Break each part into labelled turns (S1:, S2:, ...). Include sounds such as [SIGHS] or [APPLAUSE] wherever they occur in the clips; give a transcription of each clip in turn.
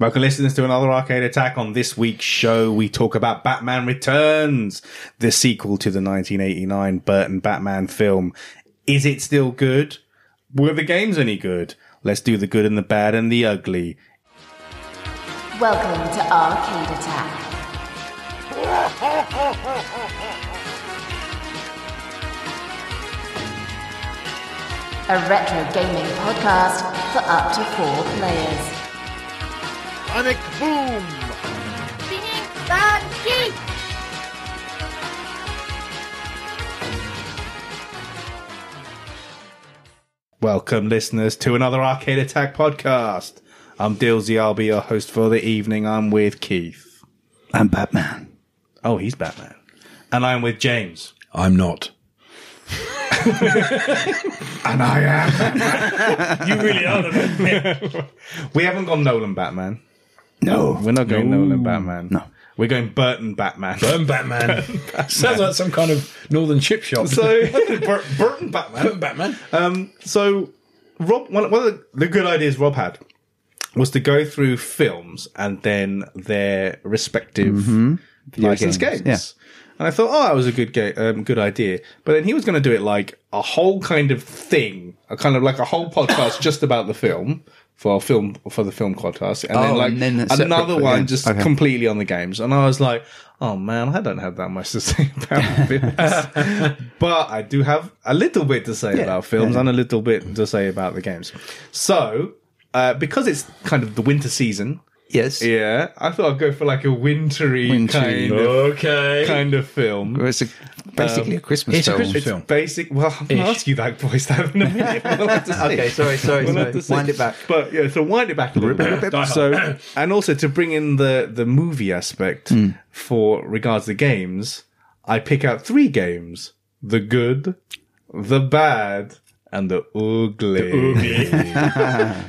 S1: Welcome, listeners, to another Arcade Attack. On this week's show, we talk about Batman Returns, the sequel to the 1989 Burton Batman film. Is it still good? Were the games any good? Let's do the good and the bad and the ugly.
S2: Welcome to Arcade Attack. A retro gaming podcast for up to four players.
S3: Sonic Boom!
S1: Welcome, listeners, to another Arcade Attack podcast. I'm Dilsey. I'll be your host for the evening. I'm with Keith.
S4: I'm Batman.
S1: Oh, he's Batman. And I'm with James.
S4: I'm not.
S1: [LAUGHS] And I am.
S5: You really are the man.
S1: [LAUGHS] we haven't gone Nolan Batman.
S4: No.
S1: We're not going Nolan Batman.
S4: No.
S1: We're going Burton Batman.
S5: Burn Batman. Sounds like some kind of northern chip
S1: [LAUGHS]
S5: shop.
S1: So [LAUGHS] Bur- Burton Batman.
S5: Burn Batman.
S1: Um, so Rob, one, one of the, the good ideas Rob had was to go through films and then their respective licensed
S4: Mm-hmm. games,
S1: games. And I thought, oh, that was a good ga- um, good idea. But then he was going to do it like a whole kind of thing, a kind of like a whole podcast just about the film for film for the film podcast, and then
S4: Oh,
S1: like
S4: and then separate
S1: another
S4: for
S1: one
S4: games.
S1: just
S4: Okay.
S1: completely on the games. And I was like, oh man, I don't have that much to [LAUGHS] say about films, but I do have a little bit to say about films and a little bit to say about the games. So uh, because it's kind of the winter season,
S4: Yes.
S1: yeah, I thought I'd go for like a wintry,
S4: Wintry.
S1: kind of
S5: Okay.
S1: kind of film.
S4: Well, It's a, basically a Christmas
S5: it's a
S4: film.
S5: Christmas-
S1: It's
S5: film.
S1: basic. Well, I'm going to ask you that voice that in a minute. [LAUGHS] We'll have to see.
S4: [LAUGHS] Okay, sorry, sorry,
S1: We'll have
S4: sorry.
S1: to see.
S4: Wind it back.
S1: But yeah, so wind it back a little bit. so, and also to bring in the the movie aspect
S4: Hmm.
S1: for regards to games, I pick out three games: the good, the bad, and the ugly.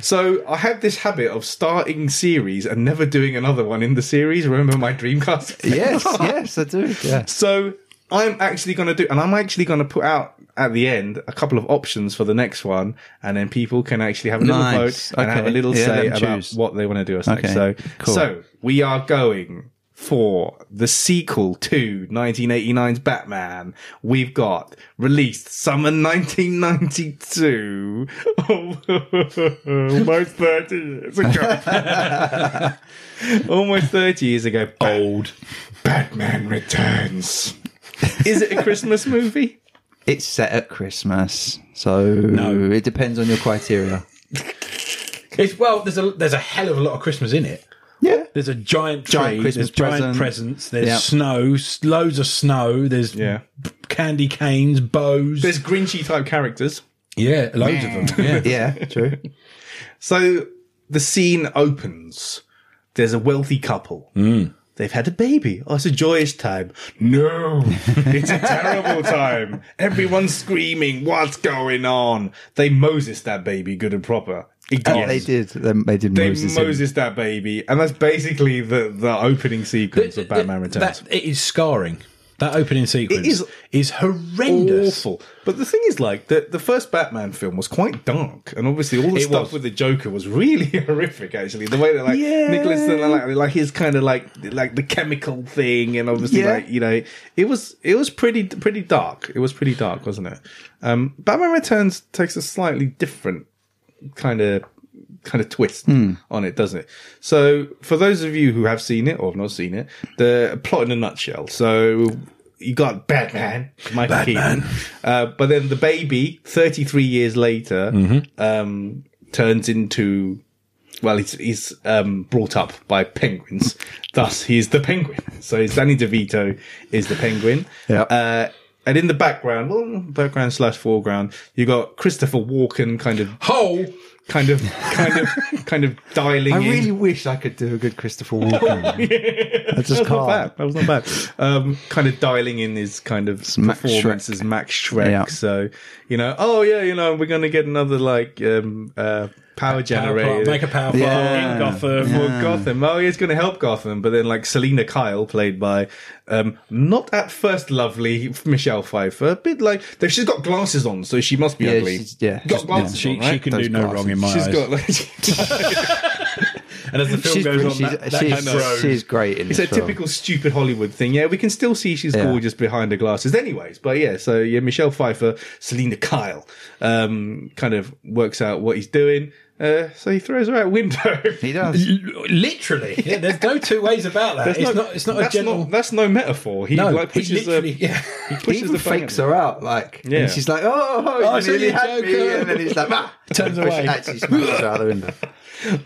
S1: [LAUGHS] so I had this habit of starting series and never doing another one in the series. Remember my Dreamcast? [LAUGHS]
S4: Yes, yes, I do. Yeah.
S1: So I'm actually going to do, and I'm actually going to put out at the end a couple of options for the next one, and then people can actually have a little
S4: Nice.
S1: vote and have a
S4: Okay.
S1: little
S4: Yeah,
S1: say
S4: let 'em
S1: about
S4: choose.
S1: what they want to do. As next.
S4: Okay.
S1: So,
S4: Cool.
S1: so we are going for the sequel to 1989's Batman. We've got released summer 1992, [LAUGHS] almost 30 years ago.
S4: [LAUGHS]
S1: almost 30 years ago.
S4: Oh,
S5: Old.
S1: Batman Returns. Is it a Christmas movie?
S4: It's set at Christmas, so it depends on your criteria.
S5: It's well. There's a there's a hell of a lot of Christmas in it.
S4: Yeah.
S5: There's a giant tree.
S4: Giant
S5: there's
S4: Christmas
S5: giant
S4: present.
S5: presents. There's
S4: Yeah.
S5: snow. s- Loads of snow. There's
S1: Yeah.
S5: b- candy canes, bows.
S1: There's Grinchy type characters.
S5: yeah, loads of
S1: [LAUGHS]
S5: them. Yeah.
S4: Yeah, true.
S1: So the scene opens. There's a wealthy couple. They've had a baby. Oh, it's a joyous time. No, it's [LAUGHS] a terrible time. Everyone's screaming. What's going on? They Moses that baby good and proper.
S4: And
S1: Yes.
S4: Oh, They did. They, they did
S1: They
S4: Moses.
S1: Oh, Moses,
S4: in.
S1: that baby, and that's basically the the opening sequence of Batman
S5: It-
S1: Returns.
S5: That, it is scarring. That opening sequence
S1: is
S5: is horrendous.
S1: awful. But the thing is, like the the first Batman film was quite dark, and obviously all the
S5: It
S1: stuff
S5: was.
S1: with the Joker was really [LAUGHS] horrific. Actually, the way that like
S5: Yeah.
S1: Nicholas and like, like his kind of like like the chemical thing, and obviously
S4: Yeah.
S1: like you know it was it was pretty pretty dark. It was pretty dark, wasn't it? Um, Batman Returns takes a slightly different kind of kind of twist on it, doesn't it? So, for those of you who have seen it or have not seen it, the plot in a nutshell. So, you got Batman, Michael Keaton, uh, but then the baby, thirty-three years later, um, turns into well, he's, he's um, brought up by penguins, thus he's the penguin. So it's Danny DeVito is the penguin.
S4: Yeah.
S1: Uh, and in the background, well, background slash foreground, you got Christopher Walken kind of
S5: Hole.
S1: kind of kind of kind of dialing
S4: I
S1: in.
S4: really wish I could do a good
S1: [LAUGHS]
S4: Christopher Walken. I just
S1: Not
S4: can't.
S1: bad. That was not bad. Um, kind of dialing in his kind of
S4: Max
S1: performance
S4: Schreck.
S1: as Max Shrek.
S4: Yeah.
S1: So you know, oh yeah, you know, we're gonna get another like um, uh, power
S5: Power
S1: generator.
S5: plant, make a power plant
S4: Yeah.
S5: in Gotham.
S1: for Gotham. Oh, he's going to help Gotham, but then like Selena Kyle, played by um, not at first lovely Michelle Pfeiffer, a bit like though she's got glasses on, so she must be
S4: Yeah,
S1: ugly.
S4: she's- yeah.
S1: got
S4: She's-
S1: glasses
S5: She,
S1: on, right?
S5: she can
S4: Those
S5: do no
S4: glasses.
S5: wrong in my
S1: She's
S5: eyes.
S1: got like And as the film
S4: she's,
S1: goes
S4: br-
S1: on,
S4: she's,
S1: that, that
S4: she's-
S1: just grows.
S4: she's great in
S1: It's a
S4: this film.
S1: typical stupid Hollywood thing. Yeah, we can still see she's
S4: Yeah.
S1: gorgeous behind her glasses, anyways. But yeah, so yeah, Michelle Pfeiffer, Selena Kyle, um, kind of works out what he's doing. Uh, so he throws her out window.
S4: [LAUGHS] He does.
S5: L- Literally, yeah, there's no two ways about that.
S1: That's
S5: it's not. It's not a
S1: that's
S5: general.
S1: Not, that's no metaphor. He
S5: no,
S1: like uh,
S5: he
S1: pushes a.
S5: literally- yeah.
S1: He
S4: [LAUGHS] He
S1: pushes
S4: even
S1: the phone
S4: fakes
S1: at me.
S4: her out, like,
S1: Yeah.
S4: and she's like, "Oh, oh,
S5: I
S4: you
S5: saw
S4: nearly
S5: you,
S4: had me,"
S5: Joker.
S4: and then he's like, "Ah!"
S5: Turns
S4: But she
S5: away.
S4: Actually, smashes her out the window,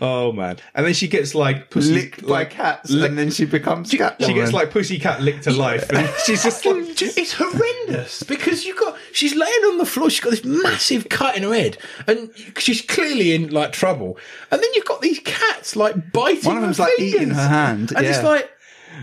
S1: Oh man! And then she gets like pussy,
S4: licked by
S1: like,
S4: cats,
S1: licked
S4: and then she becomes cat.
S1: She gets
S4: woman.
S1: like pussycat licked to
S4: [LAUGHS]
S1: life, and [LAUGHS] she's just like,
S5: It's horrendous because you got she's laying on the floor. She's got this massive cut in her head, and she's clearly in like trouble. And then you've got these cats like biting.
S4: One of
S5: her
S4: them's, like,
S5: fingers.
S4: eating her hand,
S5: and it's
S4: yeah.
S5: like,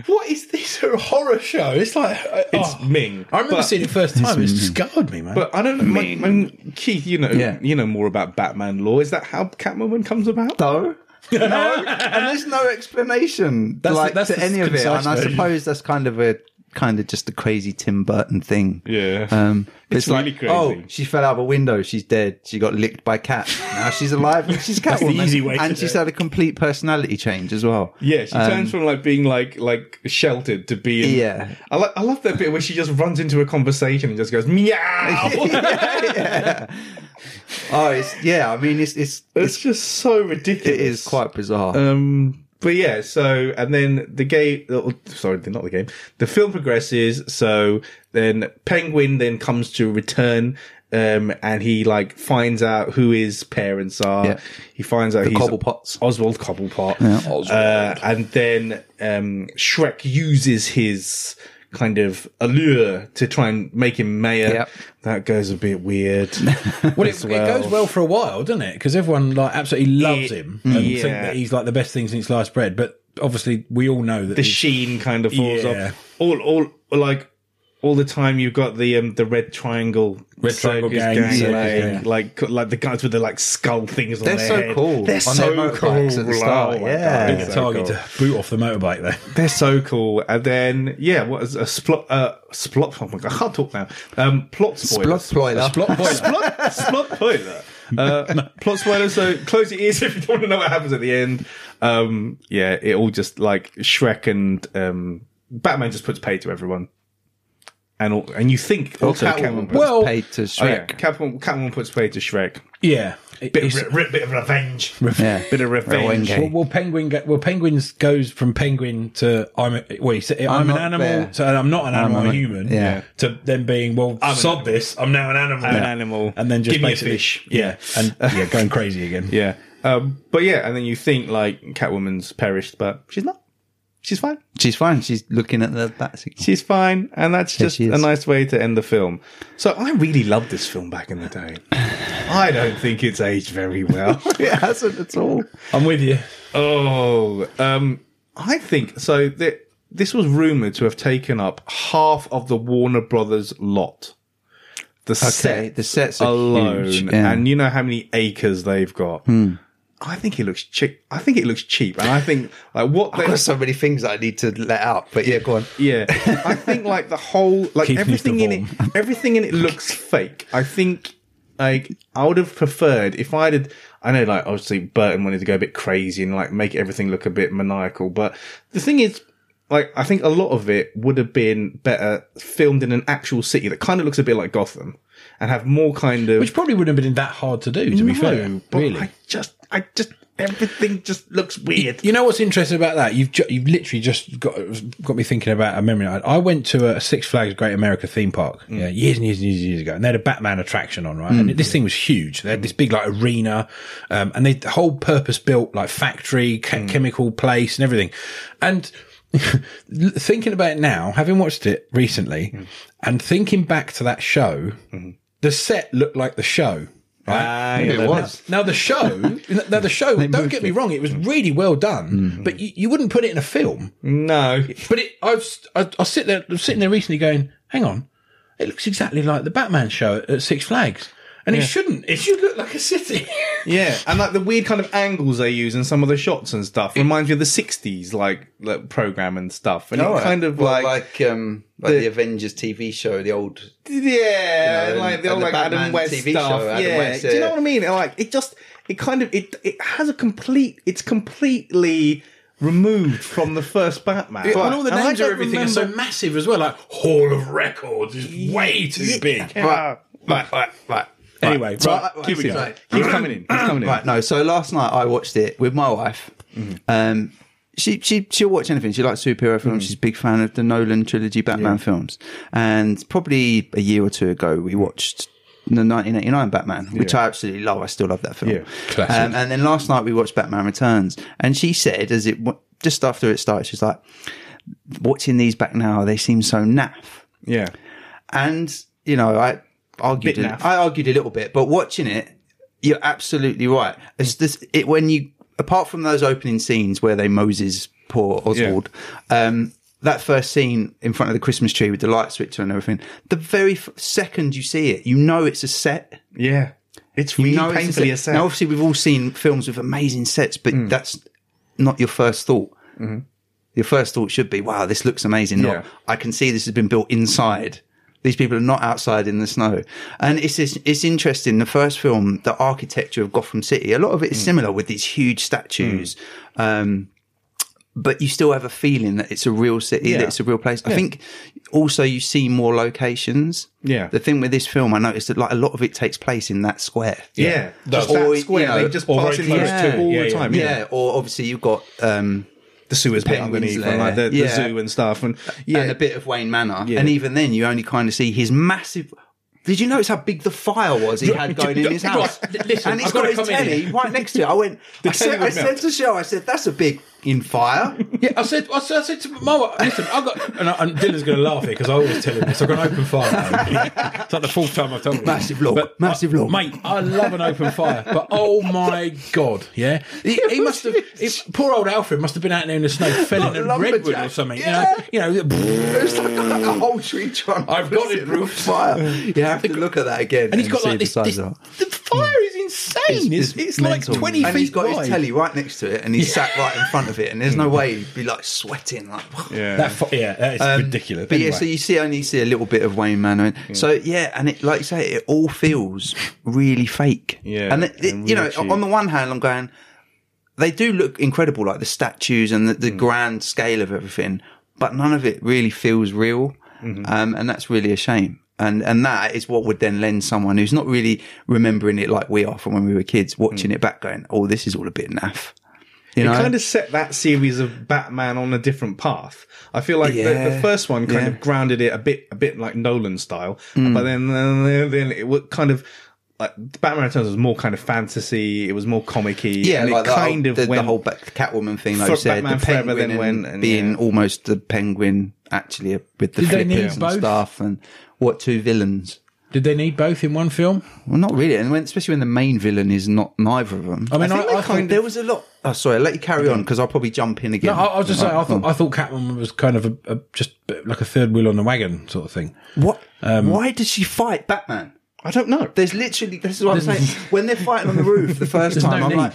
S5: what is this a horror show? It's like uh,
S1: It's
S5: oh.
S1: Ming,
S5: I remember
S1: but-
S5: seeing it first time. It's scarred me, man.
S1: But I don't. My, my, Keith, you know,
S4: Yeah.
S1: you know more about Batman lore. Is that how Catwoman comes about?
S4: No. [LAUGHS] no, and there's no explanation
S5: That's the-
S4: like
S5: that's
S4: to
S5: the
S4: any of it,
S5: concise
S4: and I
S5: version.
S4: suppose that's kind of a kind of just a crazy Tim Burton thing.
S1: Yeah.
S4: um, but
S1: It's
S4: it's, like,
S1: really crazy.
S4: oh, she fell out of a window, she's dead, she got licked by cats. Now she's alive, and she's a
S5: That's the
S4: Catwoman,
S5: easy way to
S4: and
S5: do
S4: she's
S5: it.
S4: had a complete personality change as well.
S1: Yeah, she
S4: Um, [LAUGHS]
S1: turns from like being like like sheltered to being.
S4: Yeah.
S1: I like I love that bit where she just runs into a conversation and just goes
S4: [LAUGHS]
S1: meow.
S4: Oh, it's yeah. I mean, it's it's, it's
S1: it's just so ridiculous.
S4: it is quite bizarre.
S1: Um, but yeah, so and then the game. oh, Sorry, not the game. The film progresses. So then Penguin then comes to return. Um, and he like finds out who his parents are.
S4: Yeah.
S1: He finds out he's
S4: Cobblepots.
S1: Oswald Cobblepot. Uh, and then um, Shrek uses his kind of allure to try and make him mayor.
S4: Yep.
S1: That goes a bit weird.
S5: [LAUGHS] Well, it,
S1: as
S5: it goes well for a while, doesn't it? Because everyone like absolutely loves
S1: Yeah.
S5: him and
S1: Yeah.
S5: think that he's like the best thing since sliced bread. But obviously, we all know that
S1: the
S5: he's-
S1: sheen kind of falls
S5: Yeah.
S1: off. All, all like all the time you've got the um the red triangle,
S5: Red triangle
S1: circus
S5: gang, circus
S1: like,
S5: gang.
S1: like like the guys with the like skull things on
S4: They're
S1: their
S4: so
S1: head.
S4: cool
S1: They're
S4: on
S1: so
S4: their motorbikes
S1: cool.
S4: at the start,
S1: Oh my
S4: yeah.
S1: God,
S5: Big
S1: they're so
S5: target
S1: cool.
S5: to boot off the motorbike there.
S1: [LAUGHS] They're so cool. And then yeah, what is a splot? Uh, splot. Oh my god, I can't talk now. Um, plot spoiler.
S4: Splot spoiler.
S5: Plot point.
S1: Splot, splot
S5: [LAUGHS]
S1: spoiler. Uh, plot spoiler. So close your ears if you don't want to know what happens at the end. Um, yeah, it all just like Shrek and um, Batman just puts pay to everyone, and all, and you think also Catwoman.
S4: Catwoman
S1: puts-
S4: was
S5: Well-
S4: paid to
S1: oh, yeah,
S4: Shrek.
S1: Catwoman, Catwoman puts pay to Shrek.
S5: yeah.
S1: Bit
S5: It's-
S1: of, re- re- bit of revenge.
S4: [LAUGHS] yeah.
S1: Bit of revenge.
S4: Revenge.
S5: well, well, penguin. Go, well, penguins goes from penguin to I'm. A, well, he said, I'm, an
S4: not
S5: animal.
S4: there.
S5: So I'm not an animal. I'm a
S4: a-
S5: human.
S4: yeah.
S5: To then being well,
S1: I'm an
S5: sod
S1: animal.
S5: this. I'm now an animal.
S1: I'm an animal.
S5: And then just
S1: Give me a
S5: basically,
S1: fish.
S5: Yeah. And yeah, going crazy again.
S1: [LAUGHS] Yeah, um, but yeah, and then you think like Catwoman's perished, but she's not. She's fine.
S4: She's fine. She's looking at the bat signal.
S1: She's fine, and that's just
S4: she is.
S1: a nice way to end the film. So I really loved this film back in the day. I don't think it's aged very well.
S4: [LAUGHS] it hasn't at all.
S5: I'm with you.
S1: oh, um, I think so. That this was rumored to have taken up half of the Warner Brothers lot. The set,
S4: the sets are
S1: alone,
S4: huge, yeah. Hmm.
S1: and you know how many acres they've got. I think it looks cheap. I think it looks cheap, and I think like what they,
S4: I've got so many things that I need to let out. But yeah, go on.
S1: Yeah, I think like the whole like
S5: Keith needs to
S1: everything in it,
S5: [LAUGHS]
S1: everything in it looks fake. I think like I would have preferred if I had. I know like obviously Burton wanted to go a bit crazy and like make everything look a bit maniacal, but the thing is. Like I think a lot of it would have been better filmed in an actual city that kind of looks a bit like Gotham, and have more kind of
S5: Which probably wouldn't have been that hard to do. To
S1: No,
S5: be fair,
S1: But
S5: really.
S1: I just, I just everything just looks weird.
S5: You know what's interesting about that? You've ju- you've literally just got got me thinking about a memory. I, I went to a Six Flags Great America theme park yeah, years and years and years, and years ago, and they had a Batman attraction on, right? And this thing was huge. They had this big like arena, um, and they the whole purpose built like factory, che- chemical place, and everything. And [LAUGHS] thinking about it now, having watched it recently, and thinking back to that show, the set looked like the show. Right?
S1: yeah,
S4: It was.
S5: Now the
S4: [LAUGHS]
S5: show, now the show. don't get me wrong, it was really well done,
S4: Mm-hmm.
S5: but you, you wouldn't put it in a film.
S1: No,
S5: But it, I've st- I, I sit there, I'm sitting there recently, going, hang on, it looks exactly like the Batman show at, at Six Flags, and it shouldn't. It should look like a
S4: [LAUGHS]
S5: city.
S1: Yeah, and like the weird kind of angles they use in some of the shots and stuff reminds me of the '60s like, like program and stuff, and it kind of like,
S4: um, Oh, like the, Avengers TV show, the old.
S1: yeah,
S4: know,
S1: like the
S4: and
S1: old
S4: the
S1: like Adam
S4: Batman
S1: West
S4: TV
S1: stuff.
S4: show, Adam
S1: yeah,
S4: West,
S1: do you
S4: yeah.
S1: know what I mean? And, Like it just it kind of it it has a complete it's completely removed from the first Batman.
S5: Well, and all the
S1: I
S5: names
S1: don't
S5: of everything are so [LAUGHS]
S1: remember-
S5: massive as well. Like Hall of Records is way too big.
S1: Yeah.
S5: Like, like, like. Anyway, right,
S4: Right, right,
S5: keep it
S4: right.
S5: going.
S1: He's coming in. He's coming in. Mm.
S4: Right, no. So last night I watched it with my wife. Um, she she she'll watch anything. She likes superhero
S1: Mm.
S4: films. She's a big fan of the Nolan trilogy Batman films. And probably a year or two ago, we watched the 1989 Batman, which I absolutely love. I still love that film.
S1: Yeah,
S5: classic.
S4: Um, and then last night we watched Batman Returns, and she said, as it wa- just after it started, she's like, "Watching these back now, they seem so naff."
S1: Yeah.
S4: and you know I argued
S1: Bit
S4: a-
S1: naff.
S4: I argued a little bit, but watching it, you're absolutely right. It's this it when you apart from those opening scenes where they Moses poor Oswald, um, that first scene in front of the Christmas tree with the light switch on and everything, the very f- second you see it, you know it's a set.
S1: Yeah. It's
S4: You
S1: really
S4: know it's
S1: painfully
S4: a set. Mm.
S1: assailed.
S4: Now, obviously, we've all seen films with amazing sets, but that's not your first thought. Your first thought should be, wow, this looks amazing. Not,
S1: Yeah.
S4: I can see this has been built inside. These people are not outside in the snow. And it's, it's, it's interesting. The first film, the architecture of Gotham City, a lot of it is similar with these huge statues. Um, but you still have a feeling that it's a real city, that
S1: Yeah.
S4: it's a real place. I think also you see more locations.
S1: Yeah.
S4: The thing with this film, I noticed that like a lot of it takes place in that square.
S1: Yeah, just
S4: Or,
S1: that
S4: you
S1: square.
S4: know,
S1: they just
S5: or very
S1: pass in the
S5: close
S4: to it.
S1: all
S5: Yeah,
S1: the
S5: yeah.
S1: time.
S4: Yeah. or obviously you've got um,
S1: the sewers bit
S4: penguins
S1: underneath,
S4: there.
S1: and like the, the
S4: Yeah.
S1: zoo and stuff, and yeah,
S4: and a bit of Wayne Manor, and even then you only kind of see his massive. Did you notice how big the fire was he had going in his house?
S5: [LAUGHS] Right, listen,
S4: and he's
S5: I've got
S4: got
S5: to
S4: his
S5: come in
S4: telly right next to it. I went. I said,
S1: telly
S4: I
S1: would
S4: said
S1: melt.
S4: to Cheryl, I said, "That's a big in fire." [LAUGHS]
S5: Yeah, I said, I said, I said to my wife, listen, I got, and, I, and Dylan's going to laugh here because I always tell him this. I've got an open fire. mate.
S4: [LAUGHS]
S5: it's like the fourth time I've told him.
S4: Massive log,
S5: But
S4: massive
S5: I,
S4: log.
S5: mate. I love an open fire, but oh my god, yeah, he, he must have. he- poor old Alfred must have been out there in the snow, fell in a
S4: lumberjack.
S5: redwood or something.
S4: Yeah.
S5: You know, you know.
S4: It was like, like a whole tree trunk.
S5: I've got it,
S4: on
S5: Bruce.
S4: Fire. You have to look at that again.
S5: And he's got
S4: see
S5: like
S4: the
S5: this.
S4: size
S5: this
S4: of it.
S5: the fire is insane. It's,
S4: It's-
S5: it's,
S4: it's
S5: like
S4: mental.
S5: twenty
S4: and
S5: feet
S4: he's got
S5: wide.
S4: his telly right next to it, and he's sat right in front of it, and there's no way he'd be like sweating, like
S1: yeah.
S5: That fi- yeah, that is ridiculous.
S4: Um, But yeah,
S5: Anyway.
S4: so you see only see a little bit of Wayne Manor. So yeah, and it like you say, it all feels really fake.
S1: Yeah,
S4: and, it, it-
S1: and
S4: you know,
S1: really cheap.
S4: on the one hand, I'm going, they do look incredible, like the statues and the, the
S1: Mm.
S4: grand scale of everything, but none of it really feels real,
S1: Mm-hmm.
S4: um, and that's really a shame. And and that is what would then lend someone who's not really remembering it like we are from when we were kids, watching it back, going, "Oh, this is all a bit naff." You know,
S1: Mm. it kind of set that series of Batman on a different path. I feel like the,
S4: Yeah.
S1: the first one kind
S4: Yeah. Mm.
S1: of grounded it a bit, a bit like Nolan style, but then then, then it would kind of. Like Batman Returns was more kind of fantasy. It was more comic-y.
S4: Yeah,
S1: and
S4: like
S1: it kind
S4: the,
S1: of
S4: the,
S1: went
S4: the whole Bat- Catwoman thing, like
S1: For
S4: you said,
S1: Batman
S4: the
S1: Forever
S4: penguin
S1: then
S4: and
S1: went, and
S4: being
S1: yeah.
S4: almost the penguin actually with the
S5: Did they need
S4: flippers and
S5: both?
S4: stuff, and what two villains?
S5: Did they need both in one film?
S4: Well, not really, and when, especially when the main villain is not neither of them.
S5: I mean, I-
S4: think they
S5: I
S4: kind
S5: think-
S4: there was a lot. Oh, sorry, I'll let you carry on because I'll probably jump in
S5: No,
S4: again.
S5: I, I was just saying. I thought I thought Catwoman was kind of a, a just like a third wheel on the wagon sort of thing.
S4: what?
S5: um,
S4: why did she fight Batman?
S1: I don't know.
S4: There's literally this is what I'm saying.
S5: [LAUGHS]
S4: When they're fighting on the roof the first
S5: There's no
S4: time, I'm
S5: need.
S4: like,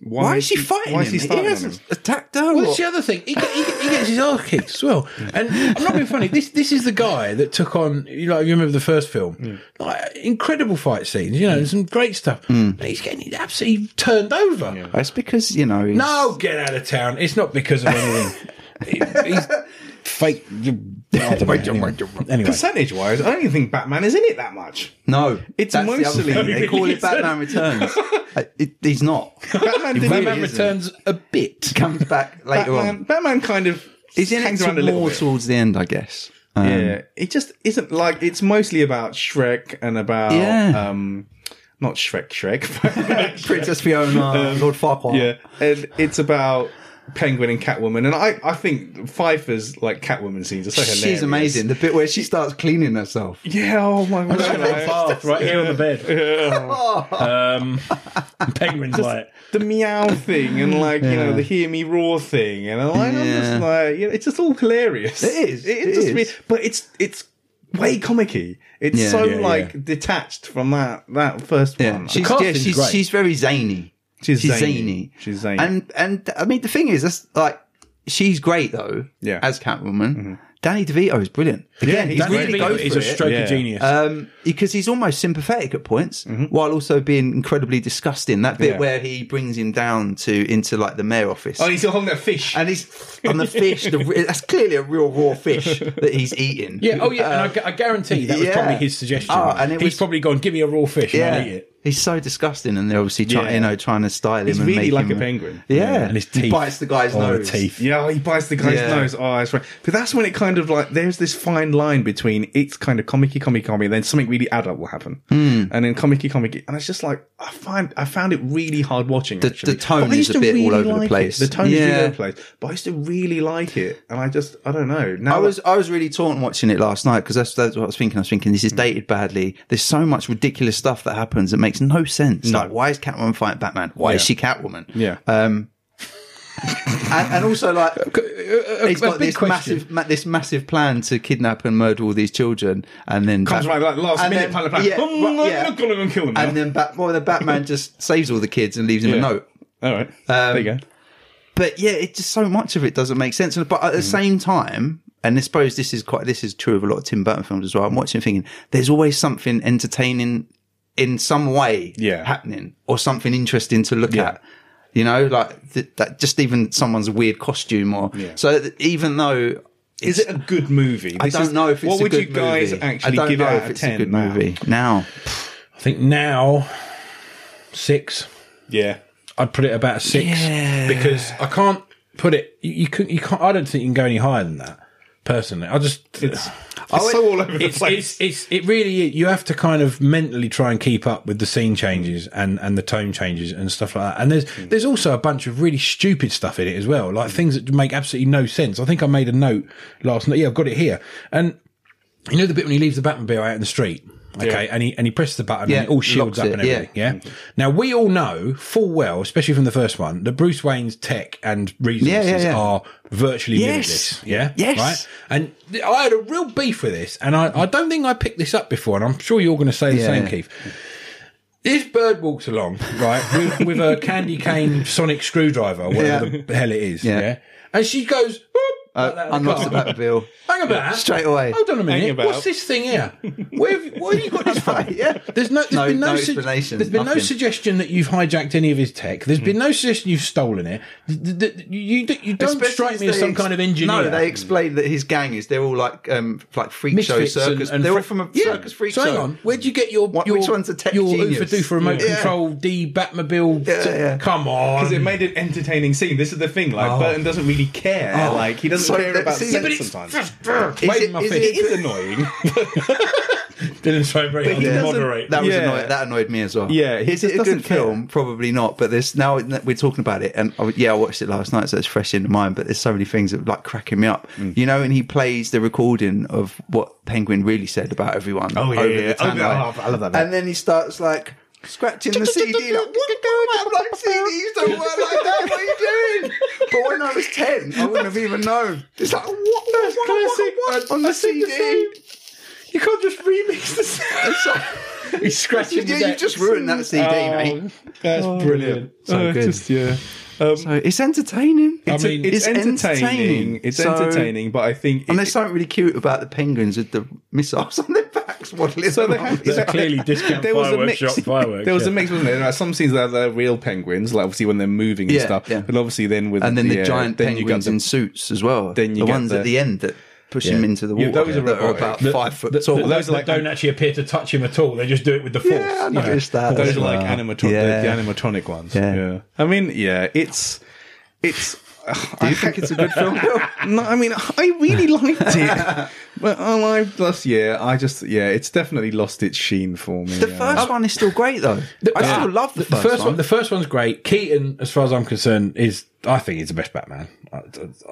S4: why, is she fighting
S1: Why is
S4: him?
S1: she
S4: he
S1: fighting him?
S4: hasn't attacked her.
S5: Well,
S4: or-
S5: that's the other thing. He, get- he, get- he gets his ass kicked as well. And I'm not being funny. This this is the guy that took on. You know, you remember the first film? Like incredible fight scenes. You know, some great stuff. And he's getting absolutely turned over.
S4: That's because you know. he's-
S5: No, get out of town. It's not because of anything. He- [LAUGHS] he's [LAUGHS] fake. I don't know. anyway,
S1: Percentage-wise, I don't even think Batman is in it that
S4: [LAUGHS]
S1: much.
S4: No,
S1: It's
S4: that's the other
S1: mostly-
S4: thing.
S1: [LAUGHS]
S4: They call it
S1: It's a-
S4: Batman Returns. Uh, it, he's not.
S1: Batman didn't
S4: really
S5: Batman
S4: isn't.
S5: returns a bit.
S4: Comes back later
S1: Batman,
S4: on.
S1: Batman kind of
S4: He's in
S1: hangs
S4: it
S1: around a little
S4: more
S1: bit.
S4: towards the end, I guess. Um,
S1: yeah, it just isn't like it's mostly about Shrek and about
S4: Yeah.
S1: um, not Shrek, [LAUGHS] Shrek, but [LAUGHS]
S4: Princess Fiona, Lord Farquaad.
S1: Um, yeah, and it's about Penguin and Catwoman, and I I think Pfeiffer's like Catwoman scenes are so hilarious.
S4: She's amazing. The bit where she starts cleaning herself.
S1: Yeah, oh my god.
S5: Bath right here on the bed.
S4: Oh. [LAUGHS]
S5: Um, penguins like
S1: [LAUGHS] The meow thing and like you know the hear me roar thing and I'm, like, I'm just
S4: Yeah.
S1: like you know, it's just all hilarious.
S4: It is,
S1: It,
S4: it
S1: just
S4: is.
S1: really- but it's it's way comicky. It's
S4: Yeah.
S1: so
S4: Yeah,
S1: like detached from that that first
S4: Yeah,
S1: one.
S4: she's, yeah
S5: casting's
S4: she's,
S5: great.
S4: she's very zany.
S1: She's zany.
S4: zany.
S1: She's zany.
S4: And and I mean the thing is, that's like she's great though.
S1: Yeah. Mm-hmm.
S4: as Catwoman. Danny DeVito is brilliant. Again,
S1: he's
S4: he's
S1: great.
S4: really
S1: DeVito
S4: goes
S5: is
S4: for
S5: a
S4: it.
S5: stroke
S1: Yeah.
S5: of genius.
S4: Um, because he's almost sympathetic at points while also being incredibly disgusting. That bit
S5: Yeah.
S4: where he brings him down to into like the mayor office.
S1: Oh, he's holding that fish.
S4: and he's on the fish. The, re- that's clearly a real raw fish that he's eating.
S5: yeah, oh yeah, and I, gu- I guarantee that was
S4: uh, yeah.
S5: probably his suggestion.
S4: Oh, and it
S5: He's
S4: was-
S5: probably gone, give me a raw fish and I'll eat
S4: yeah,
S5: it.
S4: he's so disgusting, and they're obviously trying,
S1: Yeah.
S4: you know, trying to style him.
S1: He's
S4: and
S1: really
S4: make
S1: like
S4: him
S1: a penguin.
S4: Yeah,
S5: And his teeth.
S4: He bites the guy's
S5: Oh,
S4: nose.
S5: The teeth.
S1: Yeah, he bites the guy's
S4: Yeah.
S1: nose. Oh, that's right. But that's when it kind of like there's this fine line between it's kind of comic-y, comic comic, and then something really adult will happen, and then comic-y, comic, and it's just like I find I found it really hard watching.
S4: The-
S1: actually.
S4: the tone
S1: But I
S4: is
S1: used
S4: a
S1: to
S4: bit all over the
S1: like it.
S4: place.
S1: The tone is really
S4: Yeah.
S1: all over the place, but I used to really like it, and I just I don't know. Now
S4: I was
S1: that-
S4: I was really torn watching it last night because that's, that's what I was thinking. I was thinking this is dated badly. There's so much ridiculous stuff that happens that makes no sense. Like why is Catwoman fighting Batman? Why is
S1: Yeah.
S4: she Catwoman?
S1: Yeah.
S4: Um, and, and
S1: [LAUGHS]
S4: also like
S5: a
S4: he's got
S5: big
S4: this
S5: question.
S4: massive ma- this massive plan to kidnap and murder all these children, and then
S1: comes
S4: Bat-
S1: right like last
S4: and
S1: minute
S4: then-
S1: kind of plan.
S4: yeah,
S1: "Hmm,
S4: right,
S1: I'm
S4: yeah.
S1: not gonna go and kill them. now."
S4: And then Bat- well, the Batman just saves all the kids and leaves him
S1: Yeah.
S4: a note.
S1: all right, there you go.
S4: but yeah, it just so much of it doesn't make sense. And- But at
S1: Mm.
S4: the same time, and I suppose this is quite this is true of a lot of Tim Burton films as well. I'm watching, it thinking there's always something entertaining in some way
S1: Yeah.
S4: happening, or something interesting to look at. You know, like th- that. Just even someone's weird costume, or so. th- Even though
S1: Is it a good movie?
S4: I
S1: This
S4: don't
S1: is-
S4: know if it's
S1: what
S4: a
S1: would
S4: good
S1: you guys
S4: movie.
S1: actually
S4: I don't
S1: give
S4: know
S1: out
S4: if
S1: of
S4: it's
S1: ten
S4: a good
S1: now?
S4: movie now.
S5: I think now, six.
S1: Yeah,
S5: I'd put it about a six because I can't put it. You, you could You can't. I don't think you can go any higher than that. Personally, I just uh,
S1: it's, it's so all over the
S5: it's,
S1: place.
S5: it's it's it really is. you have to kind of mentally try and keep up with the scene changes and and the tone changes and stuff like that and there's
S4: Hmm.
S5: there's also a bunch of really stupid stuff in it as well like things that make absolutely no sense i think i made a note last night yeah i've got it here and you know the bit when he leaves the batmobile out in the street okay and he and he presses the button
S4: Yeah,
S5: and it all shields
S4: locks
S5: up
S4: it,
S5: and
S4: yeah. Hmm.
S5: everything yeah. now we all know full well especially from the first one that bruce wayne's tech and resources
S4: yeah.
S5: are virtually
S4: Yes.
S5: limitless yeah
S4: Yes.
S5: right and th- I had a real beef with this, and I, I don't think I picked this up before, and I'm sure you're going to say the
S4: Yeah.
S5: same, Keith. This bird walks along, right, with, with a candy cane sonic screwdriver, whatever
S4: Yeah.
S5: the hell it is,
S4: Yeah.
S5: yeah. And she goes, "Whoop," like that in the
S4: Unlocks
S5: car.
S4: the Batmobile.
S1: [LAUGHS]
S5: Hang about.
S4: Straight away.
S5: Hold on a
S1: Hang
S5: minute.
S1: about.
S5: What's this thing here? Where have, where have you got this from?
S4: [LAUGHS] Yeah.
S5: There's no, there's
S4: No-
S5: been no,
S4: no
S5: sug-
S4: explanation,
S5: There's been no
S4: nothing.
S5: suggestion that you've hijacked any of his tech. There's been no suggestion you've stolen it. Th- th- th- You, d- you don't
S4: Especially
S5: strike me as
S4: they
S5: some
S4: ex-
S5: kind of engineer.
S4: No, they explain that his gang is they're all like um like freak
S5: Misfits
S4: show circus.
S5: and- and
S4: they're all
S5: freak-
S4: from a
S5: Yeah.
S4: circus freak
S5: so
S4: show.
S5: Hang on, where'd you get your
S4: What-
S5: your,
S4: which one's a tech
S5: your
S4: genius?
S5: Oofa Doofa remote
S4: Yeah.
S5: control D Batmobile?
S4: Yeah, yeah.
S5: Come on,
S1: because it made an entertaining scene. This is the thing. Like Burton doesn't really care. Like he doesn't
S4: So
S1: care
S4: that-
S1: about
S4: see,
S1: sense
S4: but
S5: it's-
S1: sometimes.
S4: Is
S5: Waving
S4: it-
S5: my
S4: is
S5: fist.
S1: it is annoying.
S5: Dylan's trying very hard
S1: he
S5: to
S1: doesn't-
S5: moderate.
S4: That was
S1: Yeah.
S4: annoyed, that annoyed me as well.
S1: Yeah, he
S4: is
S1: just
S4: it a
S1: doesn't
S4: good film? Probably not. But there's now that we're talking about it, and I, yeah, I watched it last night, so it's fresh in the mind. But there's so many things that like cracking me up.
S1: Mm.
S4: You know, and he plays the recording of what Penguin really said about everyone.
S1: Oh, yeah,
S4: over
S1: yeah,
S4: the
S1: yeah. Oh,
S4: timeline.
S1: yeah, I love that bit.
S4: And then he starts like scratching the CD. Like, what the fuck? Like, CDs don't work like that. What are you doing? But when I was ten, I wouldn't have even known. It's like what? what, what, what, what, on the CD?
S5: You can't just remix the sound.
S4: It's like- [LAUGHS]
S5: He's
S4: You,
S5: scratching. the
S4: you
S5: deck. Oh,
S4: just ruined that CD,
S1: Oh.
S4: mate.
S1: That's brilliant.
S5: Uh,
S1: So good. Oh, yeah. Um,
S4: So it's entertaining.
S5: I
S1: it's,
S5: mean,
S1: it's,
S4: it's
S1: entertaining.
S4: entertaining.
S1: It's
S4: So-
S1: entertaining, but I think.
S4: and
S1: It,
S4: there's something really cute about the penguins with the missiles on their backs
S1: [LAUGHS]
S4: waddling
S1: so they
S4: [LAUGHS] around.
S1: have,
S5: There's clearly
S1: [LAUGHS]
S5: discount
S1: there was a
S5: fireworks
S1: mix. [LAUGHS]
S5: shop fireworks.
S1: there was
S5: yeah.
S1: a mix, wasn't there? There are some scenes that are real penguins, like obviously when they're moving and
S4: Yeah,
S1: stuff.
S4: yeah.
S1: And obviously then with
S4: and then the,
S1: uh,
S4: giant
S1: then you got
S4: penguins
S1: the-
S4: in suits as well.
S1: then you
S4: the
S1: get
S4: ones
S1: the-
S4: at the end that push him into the
S1: Yeah,
S4: water.
S1: those are
S4: that are
S1: robotic.
S4: about
S1: The-
S4: five foot
S5: The-
S4: tall.
S5: the-
S1: Those are
S5: that
S1: like-
S5: don't actually appear to touch him at all. They just do it with the force.
S4: yeah, I noticed that.
S1: Those
S4: as
S1: are like
S4: well.
S1: animatronic,
S4: Yeah.
S1: the, the animatronic ones.
S4: Yeah.
S1: I mean, yeah, it's it's.
S4: Do you think it's a good film?
S1: [LAUGHS] No, I mean, I really liked it, but on Live Plus, yeah, I just yeah, it's definitely lost its sheen for me.
S4: the
S1: yeah.
S4: first one is still great though. I
S5: Yeah.
S4: still love the, first,
S5: first
S4: one.
S5: The first one's great. Keaton, as far as I'm concerned, is I think he's the best Batman. I, I-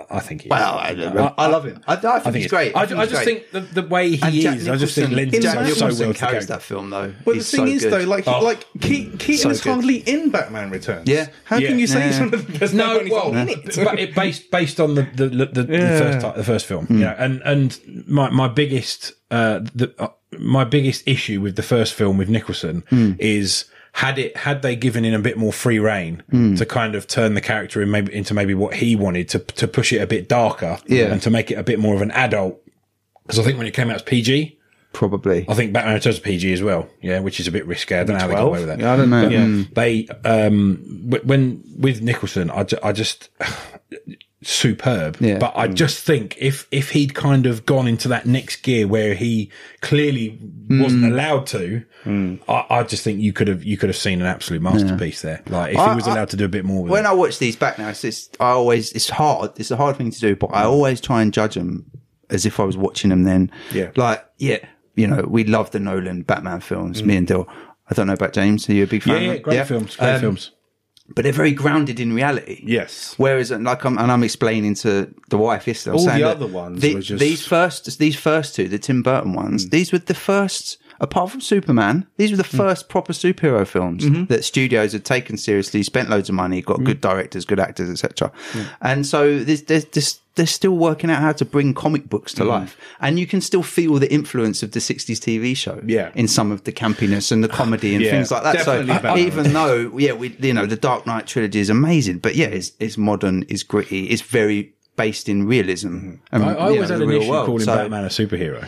S5: I think he.
S4: Wow, I,
S5: is.
S4: I love him. I, I think, he's great.
S5: I,
S4: I,
S5: I
S4: think he's
S5: just
S4: great.
S5: think the, the way he
S4: And
S5: is,
S4: Jack
S5: I just think
S4: Nicholson-
S5: lends
S4: Jack
S5: itself so
S4: Nicholson
S5: well to the
S4: carries
S5: character.
S4: that film though.
S1: But
S4: He's
S1: the thing
S4: so
S1: is,
S4: good.
S1: though, like
S5: Oh.
S1: like Ke- Keaton
S4: So
S1: is
S4: good.
S1: hardly in Batman Returns.
S4: Yeah.
S1: how
S5: Yeah.
S1: can you say he's
S4: Yeah.
S1: one of the best?
S5: No,
S1: Batman
S5: well,
S1: films?
S5: b- but it based based on the the, the, the,
S1: Yeah.
S5: the first ti- the first film,
S4: Hmm.
S5: you know, and and my my
S4: Hmm.
S5: biggest uh, the uh, my biggest issue with the first film with Nicholson is had it had they given in a bit more free reign
S4: Hmm.
S5: to kind of turn the character in maybe into maybe what he wanted to to push it a bit darker
S4: Yeah.
S5: and to make it a bit more of an adult because I think when it came out as PG
S4: probably.
S5: I think Batman Returns was PG as well yeah which is a bit risky I don't know how they got away with that
S1: Yeah, I don't know. Mm. Yeah.
S5: they um w- when with Nicholson I, ju- I just [SIGHS] superb
S4: Yeah. Mm.
S5: but I just think if if he'd kind of gone into that next gear where he clearly wasn't
S4: Mm.
S5: allowed to I, I just think you could have you could have seen an absolute masterpiece there like if he was allowed to do a bit more with
S4: When
S5: it.
S4: I watch these back now, it's, it's I always it's hard. It's a hard thing to do, but I always try and judge them as if I was watching them then.
S1: Yeah.
S4: like yeah, you know, we love the Nolan Batman films. Me and Dill. I don't know about James. Are you a big
S5: yeah,
S4: fan?
S5: yeah, great films, great
S4: Um,
S5: films.
S4: but they're very grounded in reality.
S1: Yes.
S4: Whereas, and like, I'm, and I'm explaining to the wife yesterday. I'm
S1: All
S4: saying
S1: the
S4: that
S1: other ones
S4: the-
S1: were just- Hmm.
S4: these first, these first two, the Tim Burton ones. These were the first, apart from Superman, these were the first proper superhero films
S1: Mm-hmm.
S4: that studios had taken seriously, spent loads of money, got
S1: Hmm.
S4: good directors, good actors, etc. And so there's, there's this. They're still working out how to bring comic books
S1: Hmm.
S4: to life, and you can still feel the influence of the '60s TV show
S1: Yeah.
S4: in some of the campiness and the comedy and
S1: Yeah,
S4: things like that. So
S1: definitely Batman.
S4: even no, yeah, we you know the Dark Knight trilogy is amazing, but yeah, it's it's modern, it's gritty, it's very based in realism. And,
S5: I, I
S4: you
S5: always
S4: know,
S5: had
S4: Um, the
S5: an
S4: real
S5: issue
S4: world.
S5: calling
S4: So-
S5: Batman a superhero.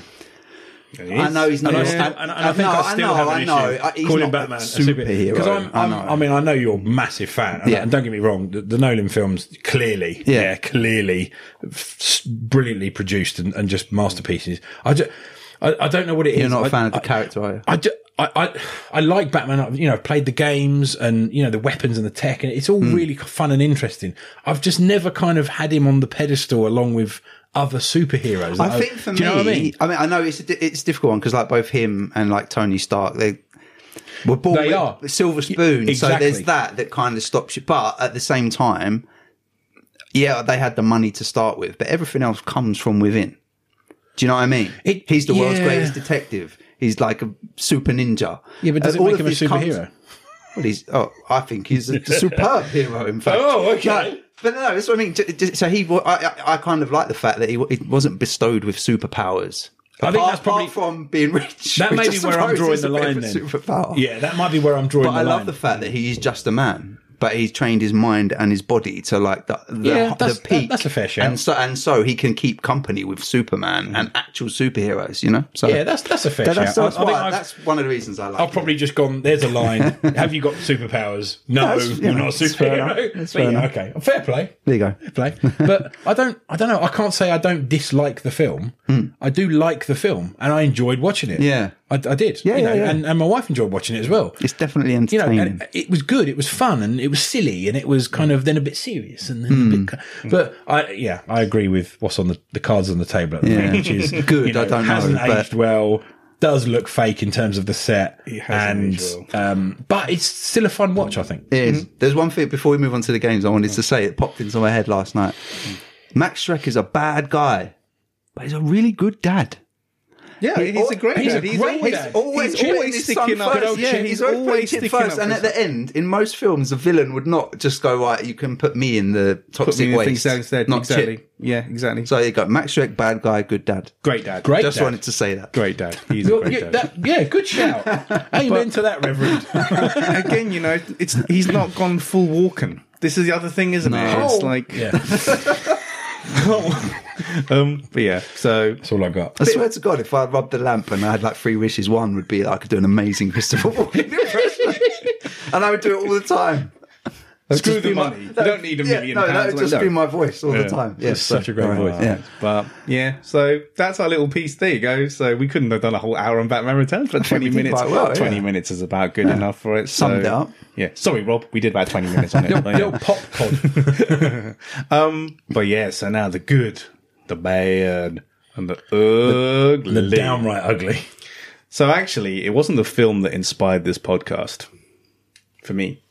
S4: I know he's not.
S5: And I,
S4: Yeah.
S5: still, and, and I think
S4: no,
S5: I still
S4: know,
S5: have an
S4: I
S5: issue
S4: know. I- he's
S5: calling
S4: not
S5: Batman
S4: a
S5: a
S4: superhero.
S5: Because I'm,
S4: I
S5: I'm,
S4: know.
S5: I mean, I know you're a massive fan, and,
S4: Yeah.
S5: and don't get me wrong, the, the Nolan films clearly,
S4: Yeah.
S5: yeah, clearly, f- s- brilliantly produced and, and just masterpieces. I just, I, I don't know what it is.
S4: You're not a
S5: I-
S4: fan of the
S5: I-
S4: character, are you?
S5: I, ju- I, I, I like Batman. I've, You know, I've played the games and, you know, the weapons and the tech, and it's all really fun and interesting. I've just never kind of had him on the pedestal along with other superheroes. that
S4: I think for
S5: do you
S4: me,
S5: know what I mean?
S4: I know it's a, di- it's a difficult one because like both him and like Tony Stark, they were born
S5: They
S4: with
S5: are.
S4: a silver spoon. So
S5: exactly.
S4: there's that that kind of stops you. But at the same time, yeah, they had the money to start with, but everything else comes from within. Do you know what I mean?
S5: It-
S4: He's the world's
S5: yeah.
S4: greatest detective. He's like a super ninja.
S5: Yeah, but does
S4: And
S5: it
S4: all
S5: make
S4: of
S5: him a
S4: this comes-
S5: superhero?
S4: well, he's. Oh, I think he's
S5: [LAUGHS]
S4: a superb hero. In fact.
S5: Oh, okay.
S4: No, but no, that's what I mean. J- j- So he, wa- I, I- I kind of like the fact that he, wa- he wasn't bestowed with superpowers.
S5: I think that's probably-
S4: apart from being rich.
S5: That may
S4: which I
S5: be where I'm
S4: suppose
S5: drawing
S4: is a
S5: the
S4: bit of
S5: line
S4: a
S5: then.
S4: Superpower.
S5: Yeah, that might be where I'm drawing
S4: but
S5: the
S4: I love
S5: line.
S4: the fact that he is just a man. But he's trained his mind and his body to like the the,
S5: Yeah,
S4: the
S5: that's-
S4: peak.
S5: that- that's a fair shout. Mm.
S4: And so and so he can keep company with Superman and actual superheroes. You know. So
S5: yeah, that's that's a fair
S4: that-
S5: shout.
S4: that's, that's,
S5: I, I
S4: why-
S5: think I've,
S4: that's one of the reasons I like.
S5: I've
S4: it.
S5: probably just gone. There's a line.
S4: [LAUGHS]
S5: Have you got superpowers? No,
S4: That's-
S5: you're
S4: yeah,
S5: not a
S4: that's fair
S5: superhero.
S4: enough. That's
S5: But
S4: fair
S5: yeah,
S4: enough.
S5: okay, fair play.
S4: There you go.
S5: Fair play. But I don't. I don't know. I can't say I don't dislike the film. I do like the film, and I enjoyed watching it.
S4: Hmm. Yeah.
S5: I, I did.
S4: Yeah,
S5: you know,
S4: yeah, yeah.
S5: And, and my wife enjoyed watching it as well.
S4: It's definitely
S5: you know,
S4: entertaining.
S5: and it was good. It was fun, and it was silly, and it was kind of then a bit serious, and then a bit.
S4: Hmm.
S5: But I, yeah, I agree with what's on the, the cards on the table at the
S4: Yeah.
S5: moment, which is
S4: [LAUGHS] Good,
S5: You know,
S4: I don't know,
S5: hasn't
S4: but-
S5: aged well. Does look fake in terms of the set,
S1: hasn't
S5: and
S1: aged
S5: um, but it's still a fun watch. I think.
S4: It
S1: Mm-hmm.
S4: is. There's one thing before we move on to the games I wanted to say. It popped into my head last night. Max Shrek is a bad guy, but he's a really good dad.
S1: Yeah, he's a great
S5: he's a
S1: dad. He's
S5: great
S1: always,
S5: dad.
S1: he's always,
S5: He's
S1: always sticking up.
S4: First. Yeah, he's always, sticking first.
S1: for
S4: and at
S1: his-
S4: the end, in most films, the villain would not just go right. You can put me in the toxic
S1: put me in
S4: waste.
S1: things downstairs.
S4: not
S1: Exactly.
S4: Chip.
S1: Yeah, exactly.
S4: So you got Max Shrek, bad guy, good dad.
S1: great dad.
S5: Great,
S4: Just
S5: Dad.
S4: wanted to say that.
S1: Great dad. He's a
S5: You're-
S1: great
S5: you-
S1: dad.
S5: that- yeah, good shout.
S4: [LAUGHS]
S5: Amen to that, Reverend.
S1: Again, you know, it's he's not gone full walking. This is the other thing, isn't it? It's like,
S5: yeah,
S4: [LAUGHS]
S1: um, but yeah. So
S5: that's all I got.
S4: I swear to God, if I rubbed the lamp and I had like three wishes, one would be that I could do an amazing Christopher Walken [LAUGHS] impression, and I would do it all the time.
S1: screw
S5: just
S1: the
S5: be my-
S1: money. You don't need a million
S4: no, that
S1: pounds.
S4: would
S1: like,
S4: just
S1: no.
S4: be my voice all the time. Yeah,
S5: It's such a great voice.
S4: Yeah.
S1: But yeah, so that's our little piece. There you go. So we couldn't have done a whole hour on Batman Returns, but twenty
S4: [LAUGHS] we did
S1: minutes.
S4: quite well, yeah.
S1: twenty minutes is about good enough for it.
S4: Summed
S1: so-
S4: it up.
S1: Yeah. Sorry, Rob. We did about twenty minutes on
S4: [LAUGHS]
S1: it. but,
S5: Little
S1: yeah.
S5: pop [LAUGHS] pod.
S1: But yeah, so now the good, the bad, and the ugly.
S5: The downright ugly.
S1: So actually, it wasn't the film that inspired this podcast for me.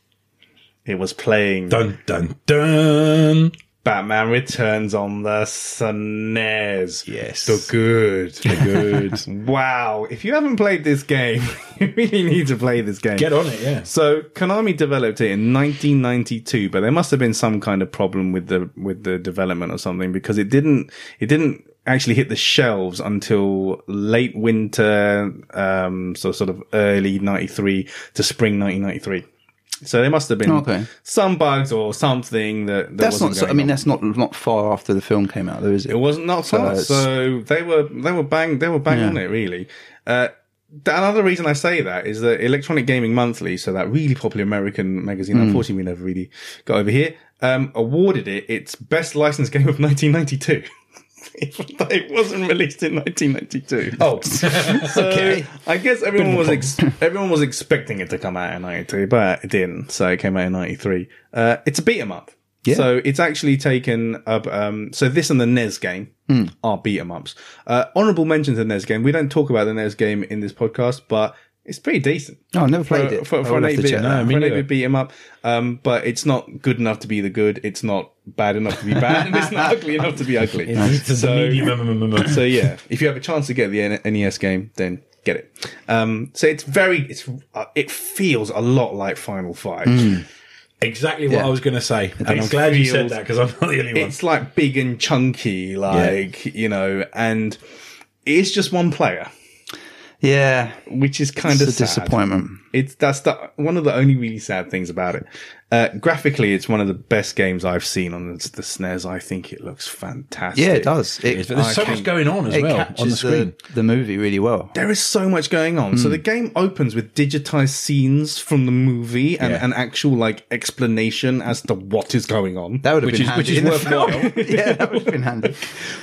S1: It was playing
S5: Dun dun dun.
S1: Batman Returns on the SNES.
S5: Yes.
S1: The good. The good. [LAUGHS] wow. If you haven't played this game, [LAUGHS] you really need to play this game.
S5: Get on it, yeah.
S1: So Konami developed it in 1992, but there must have been some kind of problem with the with the development or something because it didn't it didn't actually hit the shelves until late winter, um, so sort of early 93 to spring 1993. So there must have been
S4: Okay.
S1: some bugs or something that, that
S4: That's
S1: wasn't
S4: not. So, I
S1: going
S4: mean,
S1: on.
S4: that's not not far after the film came out, though, is it?
S1: It wasn't not so,
S4: it's-
S1: so they were they were bang they were bang on it really. Uh, th- another reason I say that is that Electronic Gaming Monthly, so that really popular American magazine, unfortunately we never really got over here, um, awarded it its best licensed game of [LAUGHS] 1992. Even though it wasn't released in 1992.
S4: [LAUGHS]
S5: Oh,
S1: So
S5: okay.
S1: I guess everyone was ex- everyone was expecting it to come out in '92, but it didn't. So it came out in '93. Uh, it's a beat 'em up. So it's actually taken up. Um, so this and the NES game
S4: Hmm.
S1: are beat 'em ups. Uh, honorable mentions in the NES game. We don't talk about the NES game in this podcast, but it's pretty decent.
S4: Oh, I've never
S1: For,
S4: played it.
S1: for,
S4: I
S1: for
S4: will
S1: an
S4: have to
S1: eight bit,
S4: check that
S5: out. me neither.
S1: beat 'em up, um, but it's not good enough to be the good. It's not bad enough to be bad, [LAUGHS] and it's not ugly enough to be
S4: [LAUGHS]
S1: ugly. So-
S5: mm,
S1: so yeah, if you have a chance to get the N- NES game, then get it. Um, so it's very, it's uh, it feels a lot like Final Five.
S4: Mm.
S5: exactly what
S4: Yeah.
S5: I was going to say. And I'm
S1: it
S5: glad you said
S1: feels-
S5: that because I'm not the only one.
S1: It's like big and chunky, like you know, and it's just one player,
S4: Yeah,
S1: which is kind
S4: it's a
S1: of sad.
S4: disappointment.
S1: It's that's the one of the only really sad things about it. Uh, graphically, it's one of the best games I've seen on the, the snares. I think it looks fantastic.
S4: Yeah, it does. It,
S5: But there's so
S1: think
S5: much going on as
S4: it
S5: well on the
S4: captures
S5: screen.
S4: the, the movie really well.
S1: there is so much going on. So the game opens with digitized scenes from the movie and
S5: Yeah.
S1: an actual like explanation as to what is going on.
S4: That would have
S5: Which
S4: been
S5: is-
S4: handy.
S5: which is
S4: in the
S5: worthwhile.
S4: film. [LAUGHS] yeah, that would have been handy.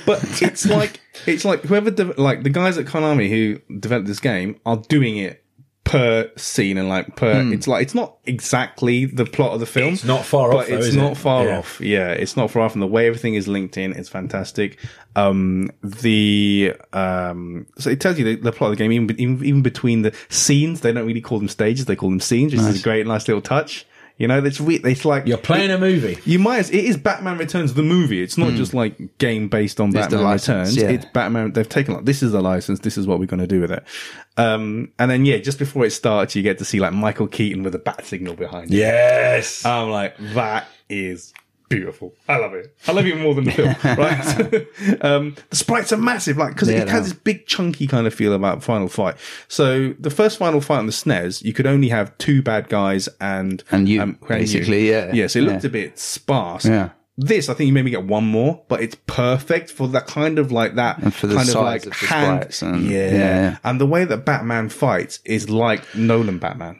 S1: but
S5: [LAUGHS]
S1: it's like it's like whoever de- like the guys at Konami who developed this game are doing it per scene and like per it's like it's not exactly the plot of the film.
S5: Hmm. It's not far
S1: but
S5: off, though,
S1: it's
S5: is
S1: not
S5: it?
S1: far
S5: Yeah.
S1: off. Yeah, it's not far off, and the way everything is linked in is fantastic. Um, the um, so it tells you the, the plot of the game even, be- even even between the scenes. They don't really call them stages; they call them scenes, which is a great, nice little touch. You know, that's re- it's like
S5: You're playing a movie.
S1: you might as it is Batman Returns the movie. It's not just like game based on Batman
S4: Hmm. the license,
S1: Returns.
S4: yeah.
S1: It's Batman. They've taken like this is the license. This is what we're going to do with it. Um, and then yeah, just before it starts, you get to see like Michael Keaton with a bat signal behind. him.
S5: Yes.
S1: I'm like that is beautiful. I love it. I love it more than the
S4: [LAUGHS]
S1: film. Right. [LAUGHS] um, the sprites are massive, like because
S4: Yeah,
S1: it
S4: they
S1: has
S4: are.
S1: this big chunky kind of feel about Final Fight. So the first Final Fight on the SNES, you could only have two bad guys and
S4: And you, basically, yeah.
S1: yeah. So it
S4: Yeah.
S1: looked a bit sparse.
S4: Yeah.
S1: This, I think you maybe get one more, but it's perfect for that kind of like that
S4: And for the
S1: kind
S4: size
S1: of like
S4: of the
S1: hand,
S4: sprites and-
S1: yeah.
S4: yeah, yeah.
S1: And the way that Batman fights is like Nolan Batman,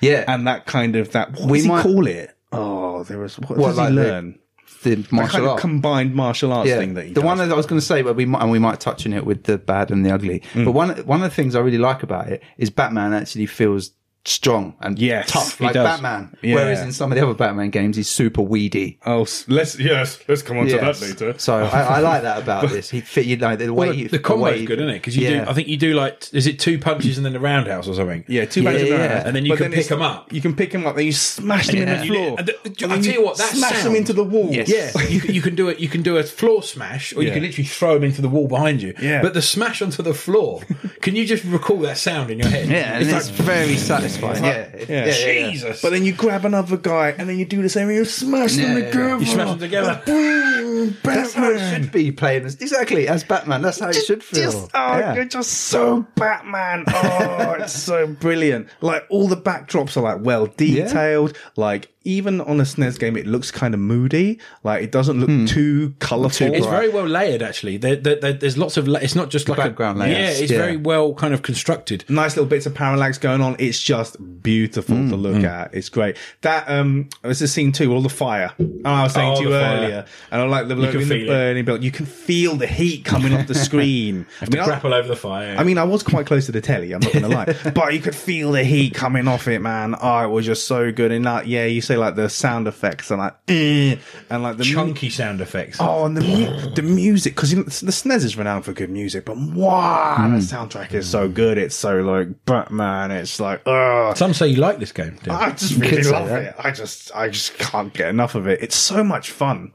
S4: Yeah,
S1: and that kind of that. What
S4: We
S1: does
S4: might-
S1: he call it? Oh, there was what,
S4: What,
S1: does
S4: like
S1: he
S4: the
S1: learn?
S4: the
S1: That kind
S4: martial
S1: of
S4: art.
S1: combined martial arts
S4: yeah.
S1: thing that he
S4: the
S1: does.
S4: one that I was going to say, but we might, and we might touch on it with the bad and the ugly. But one one of the things I really like about it is Batman actually feels strong and
S1: Yes,
S4: tough,
S1: he
S4: like
S1: does.
S4: Batman.
S1: Yeah.
S4: Whereas in some of the other Batman games, he's super weedy.
S1: oh, s- let's yes, let's come on
S4: Yes.
S1: to that later.
S4: So I, I like that about this. He fit you like the way
S5: Well,
S4: you,
S5: the, the combo's
S4: way you-
S5: good, isn't it? Because you
S4: yeah.
S5: do. I think you do like. Is it two punches and then a roundhouse or something?
S1: [LAUGHS] yeah, two
S4: Yeah,
S1: bags of
S4: yeah.
S1: bananas.
S5: And then you
S1: But
S5: can pick
S1: it's-
S5: 'em up.
S1: You can pick them up, then you smash them in
S4: Yeah.
S1: the floor.
S5: And the-
S1: And
S5: I
S1: then
S5: tell you what, that
S1: smash them
S5: sound-
S1: into the wall.
S4: Yes.
S1: [LAUGHS]
S5: Yeah, you, you can do it. You can do a floor smash, or you
S1: Yeah.
S5: can literally throw them into the wall behind you.
S1: Yeah.
S5: But the smash onto the floor, [LAUGHS] can you just recall that sound in your head?
S4: Yeah, and it's,
S5: like,
S4: very satisfying. Yeah,
S1: Yeah.
S4: yeah, yeah.
S5: Jesus.
S1: But then you grab another guy, and then you do the same, and you smash them
S4: Yeah, yeah.
S1: together.
S5: you smash them together.
S1: Boom,
S4: That's how it
S1: Batman.
S4: should be playing as exactly as Batman. That's how it should feel.
S1: Just, oh,
S4: Yeah.
S1: you're just so Batman. Oh,
S4: [LAUGHS]
S1: it's so brilliant. Like all the backdrops are like well detailed. Like even on a SNES E game, it looks kind of moody. Like it doesn't look
S4: Hmm.
S1: too colorful.
S5: It's very well layered, actually. There, there, there- there's lots of. La- it's not just like
S4: background
S5: a,
S4: layers,
S5: Yeah, it's
S4: yeah.
S5: very well kind of constructed.
S1: nice little bits of parallax going on. It's just beautiful
S4: Hmm,
S1: to look at. It's great. That um, this is scene two, all the fire. And I was saying
S5: Oh,
S1: to you
S5: the fire.
S1: earlier, and I like the look
S5: can
S1: in the
S5: feel it.
S1: burning building. You can feel the heat coming off
S4: [LAUGHS]
S1: the screen. I mean, I,
S5: Grapple over the fire.
S1: I mean, I was quite close to the telly. I'm not gonna
S5: [LAUGHS]
S1: lie, but you could feel the heat coming off it, man. Oh, it was just so good. And that, yeah, you say like the sound effects and like, eh, and like the
S5: chunky sound effects.
S1: Oh, and the mu- the music because you know, the SNES is renowned for good music, but wow,
S5: Mm.
S1: the soundtrack is so good. It's so like Batman. It's like, ugh.
S5: Some say you like this game. Dan.
S1: I just really
S4: say
S1: love
S4: that.
S1: it. I just, I just can't get enough of it. It's so much fun.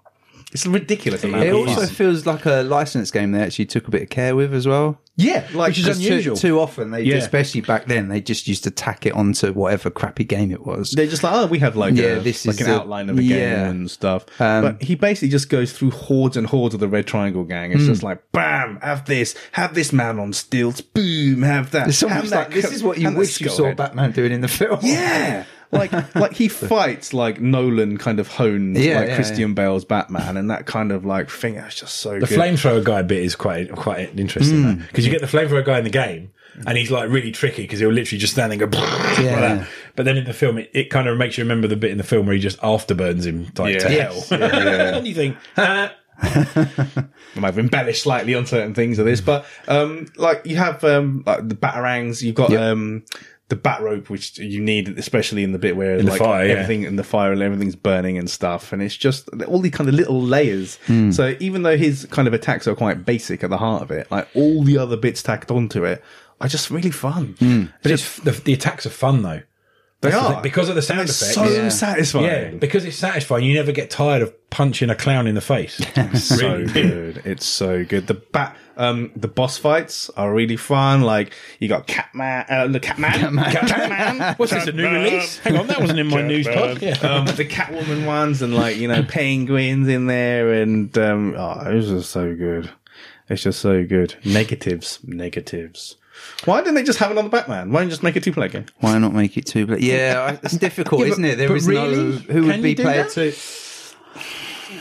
S1: It's a ridiculous amount
S4: It
S1: of
S4: also
S1: fun.
S4: feels like a licensed game they actually took a bit of care with as well. Yeah,
S1: like-
S5: Which is
S4: 'cause too-
S5: unusual.
S4: Too, often, they
S5: Yeah.
S4: especially back then, they just used to tack it onto whatever crappy game it was.
S1: They're just like, oh, we have like
S4: Yeah,
S1: a,
S4: this
S1: like
S4: is
S1: an
S4: the-
S1: outline of the game
S4: yeah. Um,
S1: and stuff. but he basically just goes through hordes and hordes of the Red Triangle Gang.
S4: hmm.
S1: It's just like, bam, have this, have this man on stilts, boom, have that.
S4: It's almost
S1: have that
S4: like this
S1: co-
S4: is what you
S1: have that
S4: wish you saw
S1: skullhead.
S4: Batman doing in the film.
S1: Yeah.
S4: [LAUGHS]
S1: like like he fights like Nolan kind of honed
S4: Yeah,
S1: like
S4: yeah,
S1: Christian Bale's Batman and that kind of like thing. That's just so
S5: The
S1: good.
S5: flamethrower guy bit is quite quite interesting because you get the flamethrower guy in the game and he's like really tricky because he'll literally just stand there and go [LAUGHS] like that. But then in the film, it, it kind of makes you remember the bit in the film where he just afterburns him like to hell.
S1: Yes.
S5: [LAUGHS] and you think, ah,
S1: I might have embellished slightly on certain things of this, but um, like you have um, like the batarangs, you've got um, the bat rope, which you need, especially in the bit where
S5: the
S1: like
S5: fire, yeah.
S1: everything in the fire and everything's burning and stuff, and it's just all these kind of little layers.
S5: Hmm.
S1: So even though his kind of attacks are quite basic at the heart of it, like all the other bits tacked onto it are just really fun.
S5: but it's the, the attacks are fun though.
S1: They
S5: the
S1: are
S5: thing, because of the sound
S1: And it's
S5: effects.
S1: So
S5: Yeah.
S1: satisfying.
S5: Yeah, because it's satisfying. You never get tired of punching a clown in the [LAUGHS] face.
S4: [LAUGHS]
S1: so
S5: [LAUGHS]
S1: good. It's so good. The bat, um, the boss fights are really fun. Like you got Catman, uh, the Catman, Catman.
S4: [LAUGHS]
S5: What's this, a new release? Hang on, that wasn't in my news pod. Yeah.
S1: um, the Catwoman ones, and like you know penguins in there, and um, oh, it was just so good. It's just so good. Negatives, negatives. Why didn't they just have another Batman? Why didn't you just make a two-player game?
S4: Why not make it two? But yeah, I- it's difficult,
S5: [LAUGHS] Yeah,
S4: isn't
S5: but-
S4: it? There
S5: but
S4: is no
S5: really?
S4: who would
S5: Can
S4: be
S5: you do
S4: player
S5: that?
S4: two.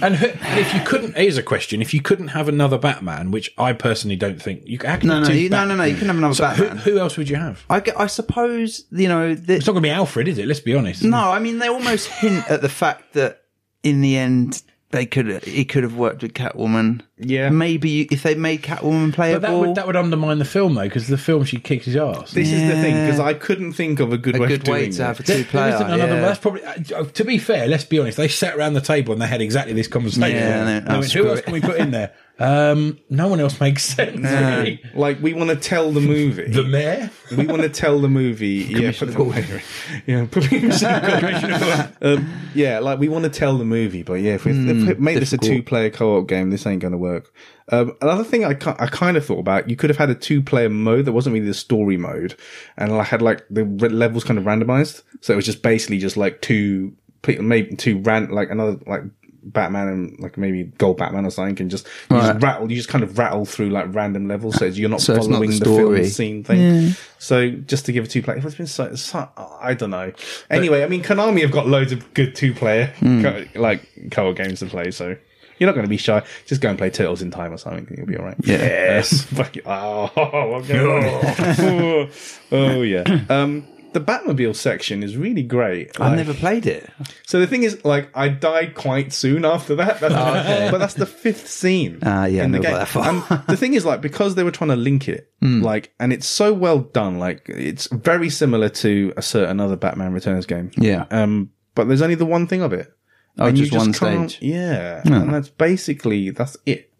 S5: And who, if you couldn't, here's a question: If you couldn't have another Batman, which I personally don't think you can,
S4: No, no, you, no, no, no. You can have another
S5: So who,
S4: Batman.
S5: who else would you have?
S4: I, gu- I suppose you know. The,
S5: It's not going to be Alfred, is it? Let's be honest.
S4: no, I mean they almost hint at the fact that in the end they could he could have worked with Catwoman.
S1: Yeah.
S4: maybe you, if they made Catwoman
S5: but that
S4: playable.
S5: would that would undermine the film though, because the film she kicks his ass.
S1: This is the thing because I couldn't think of a good
S4: a
S1: way of
S4: good
S1: doing
S4: way to
S1: it.
S4: have a
S5: There-
S4: two
S5: there
S4: player.
S5: isn't another
S4: yeah.
S5: one. That's probably. uh, To be fair, let's be honest. They sat around the table and they had exactly this conversation.
S4: Yeah, and they-
S5: And they
S4: oh,
S5: went,
S4: screw
S5: who else
S4: it."
S5: can we put in there? Um, no one else
S4: [LAUGHS]
S5: makes sense. really.
S1: Like we want to tell the movie.
S5: The mayor.
S1: we want to tell the movie. Yeah, put them away. [LAUGHS] yeah,
S4: [LAUGHS]
S1: Commissioner Gordon. um, yeah, like we want to tell the movie, but yeah, if we if we made this a
S4: Hmm, difficult.
S1: two-player co-op game, this ain't going to work. Um, another thing I, ki- I kind of thought about, you could have had a two-player mode that wasn't really the story mode, and I had like the re- levels kind of randomized, so it was just basically just like two people, maybe two ran like another like. Batman and like maybe Gold Batman or something, and just you just rattle. You just kind of rattle through like random levels, so you're not
S4: So it's not
S1: following
S4: the
S1: the, film
S4: story.
S1: scene thing. So just to give a two player, it's been so, so I don't know. Anyway, I mean, Konami have got loads of good two player
S4: Hmm.
S1: co- like co-op games to play, so you're not going to be shy. Just go and play Turtles in Time or something, and you'll be all right. Yes. [LAUGHS] oh, I'm gonna- [LAUGHS] oh yeah. Um, the Batmobile section is really great.
S4: I've
S1: Like-
S4: never played it.
S1: so the thing is, like, I died quite soon after that. That's But that's the fifth scene.
S4: Ah, yeah,
S1: in the
S4: never
S1: game.
S4: got that far. Hmm.
S1: And the thing is, like, because they were trying to link it, like, and it's so well done. Like, it's very similar to a certain other Batman Returns game.
S4: Yeah.
S1: Um, but there's only the one thing of it.
S4: Oh,
S1: And you
S4: just one
S1: can't-
S4: stage. Oh. Hmm.
S1: Yeah. And that's basically that's it.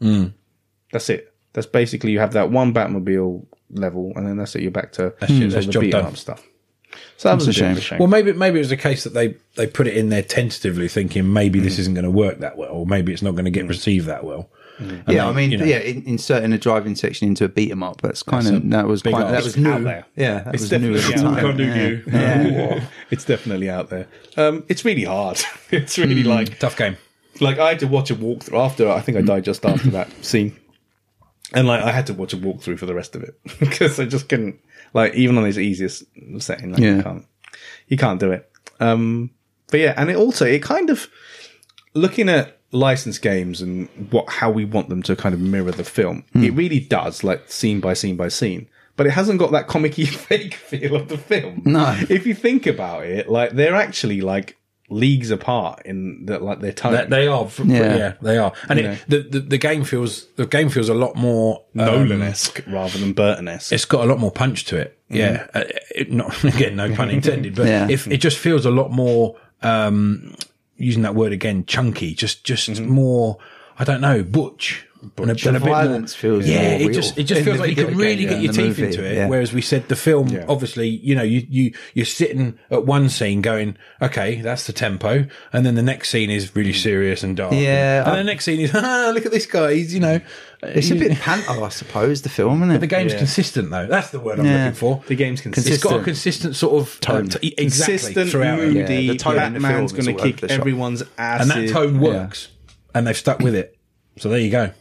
S1: That's it. That's basically you have that one Batmobile level, and then that's it. You're back to all
S5: that's
S1: the
S5: job
S1: beat
S5: done.
S1: up stuff. So that was a,
S4: a
S1: bit of a
S4: shame.
S1: shame.
S5: Well, maybe maybe it was the case that they they put it in there tentatively, thinking maybe this isn't going to work that well, or maybe it's not going to get received that well. And
S4: Yeah,
S5: then,
S4: I mean,
S5: you know,
S4: yeah, in, inserting a driving section into a beat 'em up. That's kind of that was
S5: big
S4: quite, that
S5: ask.
S4: was new.
S1: out there.
S4: Yeah, that
S1: it's
S4: was new at the
S1: definitely out
S4: time.
S1: there.
S4: Yeah.
S1: it's definitely out there. Um, it's really hard. [LAUGHS] It's really
S4: Hmm.
S1: like
S5: tough game.
S1: like I had to watch a walkthrough after. I think I died just after that scene, and like I had to watch a walkthrough for the rest of it [LAUGHS] because I just couldn't. Like even on his easiest setting, like,
S4: Yeah.
S1: you can't you can't do it. Um, but yeah, and it also it kind of looking at licensed games and what how we want them to kind of mirror the film,
S4: Hmm.
S1: it really does like scene by scene by scene. But it hasn't got that comic [LAUGHS] fake feel of the film.
S4: No.
S1: If you think about it, like they're actually like leagues apart in that like their tone.
S5: That they are, f- yeah.
S4: Yeah.
S5: they are, and it, the, the the game feels the game feels a lot more um,
S1: Nolan-esque rather than Burton-esque.
S5: It's got a lot more punch to it. Yeah, Uh, it, not [LAUGHS] again, no pun intended, but
S4: [LAUGHS] Yeah.
S5: if it just feels a lot more um, using that word again, chunky, just just more. I don't know, butch. and a,
S4: Mm-hmm. The
S5: and a bit
S4: violence
S5: more,
S4: feels
S5: yeah.
S4: more
S5: it
S4: real.
S5: just it just
S4: In
S5: feels
S4: the
S5: like you
S4: video
S5: can
S4: game,
S5: really
S4: yeah,
S5: get
S4: in
S5: your
S4: the
S5: teeth
S4: movie,
S5: into it.
S4: yeah.
S5: Whereas we said the film,
S1: Yeah.
S5: obviously, you know, you you you're sitting at one scene going, okay, that's the tempo, and then the next scene is really serious and dark.
S4: Yeah,
S5: and,
S4: I-
S5: the next scene is, [LAUGHS] ah, look at this guy, he's you know,
S4: It's a bit panto, I suppose, the film, isn't it?
S5: The game's
S1: Yeah.
S5: consistent though. That's the word I'm
S4: Yeah.
S5: looking for.
S1: The game's
S5: It's got a
S1: consistent.
S5: consistent sort of uh,
S4: Tone.
S5: t- exactly
S1: consistent,
S5: throughout. it.
S1: moody.
S4: Yeah, the tone in the
S1: Batman's
S4: film is
S1: going
S4: all
S1: to
S4: over
S1: kick
S4: the shop.
S1: everyone's ass.
S5: and that tone
S4: Yeah.
S5: works, and they've stuck with it. So there you go.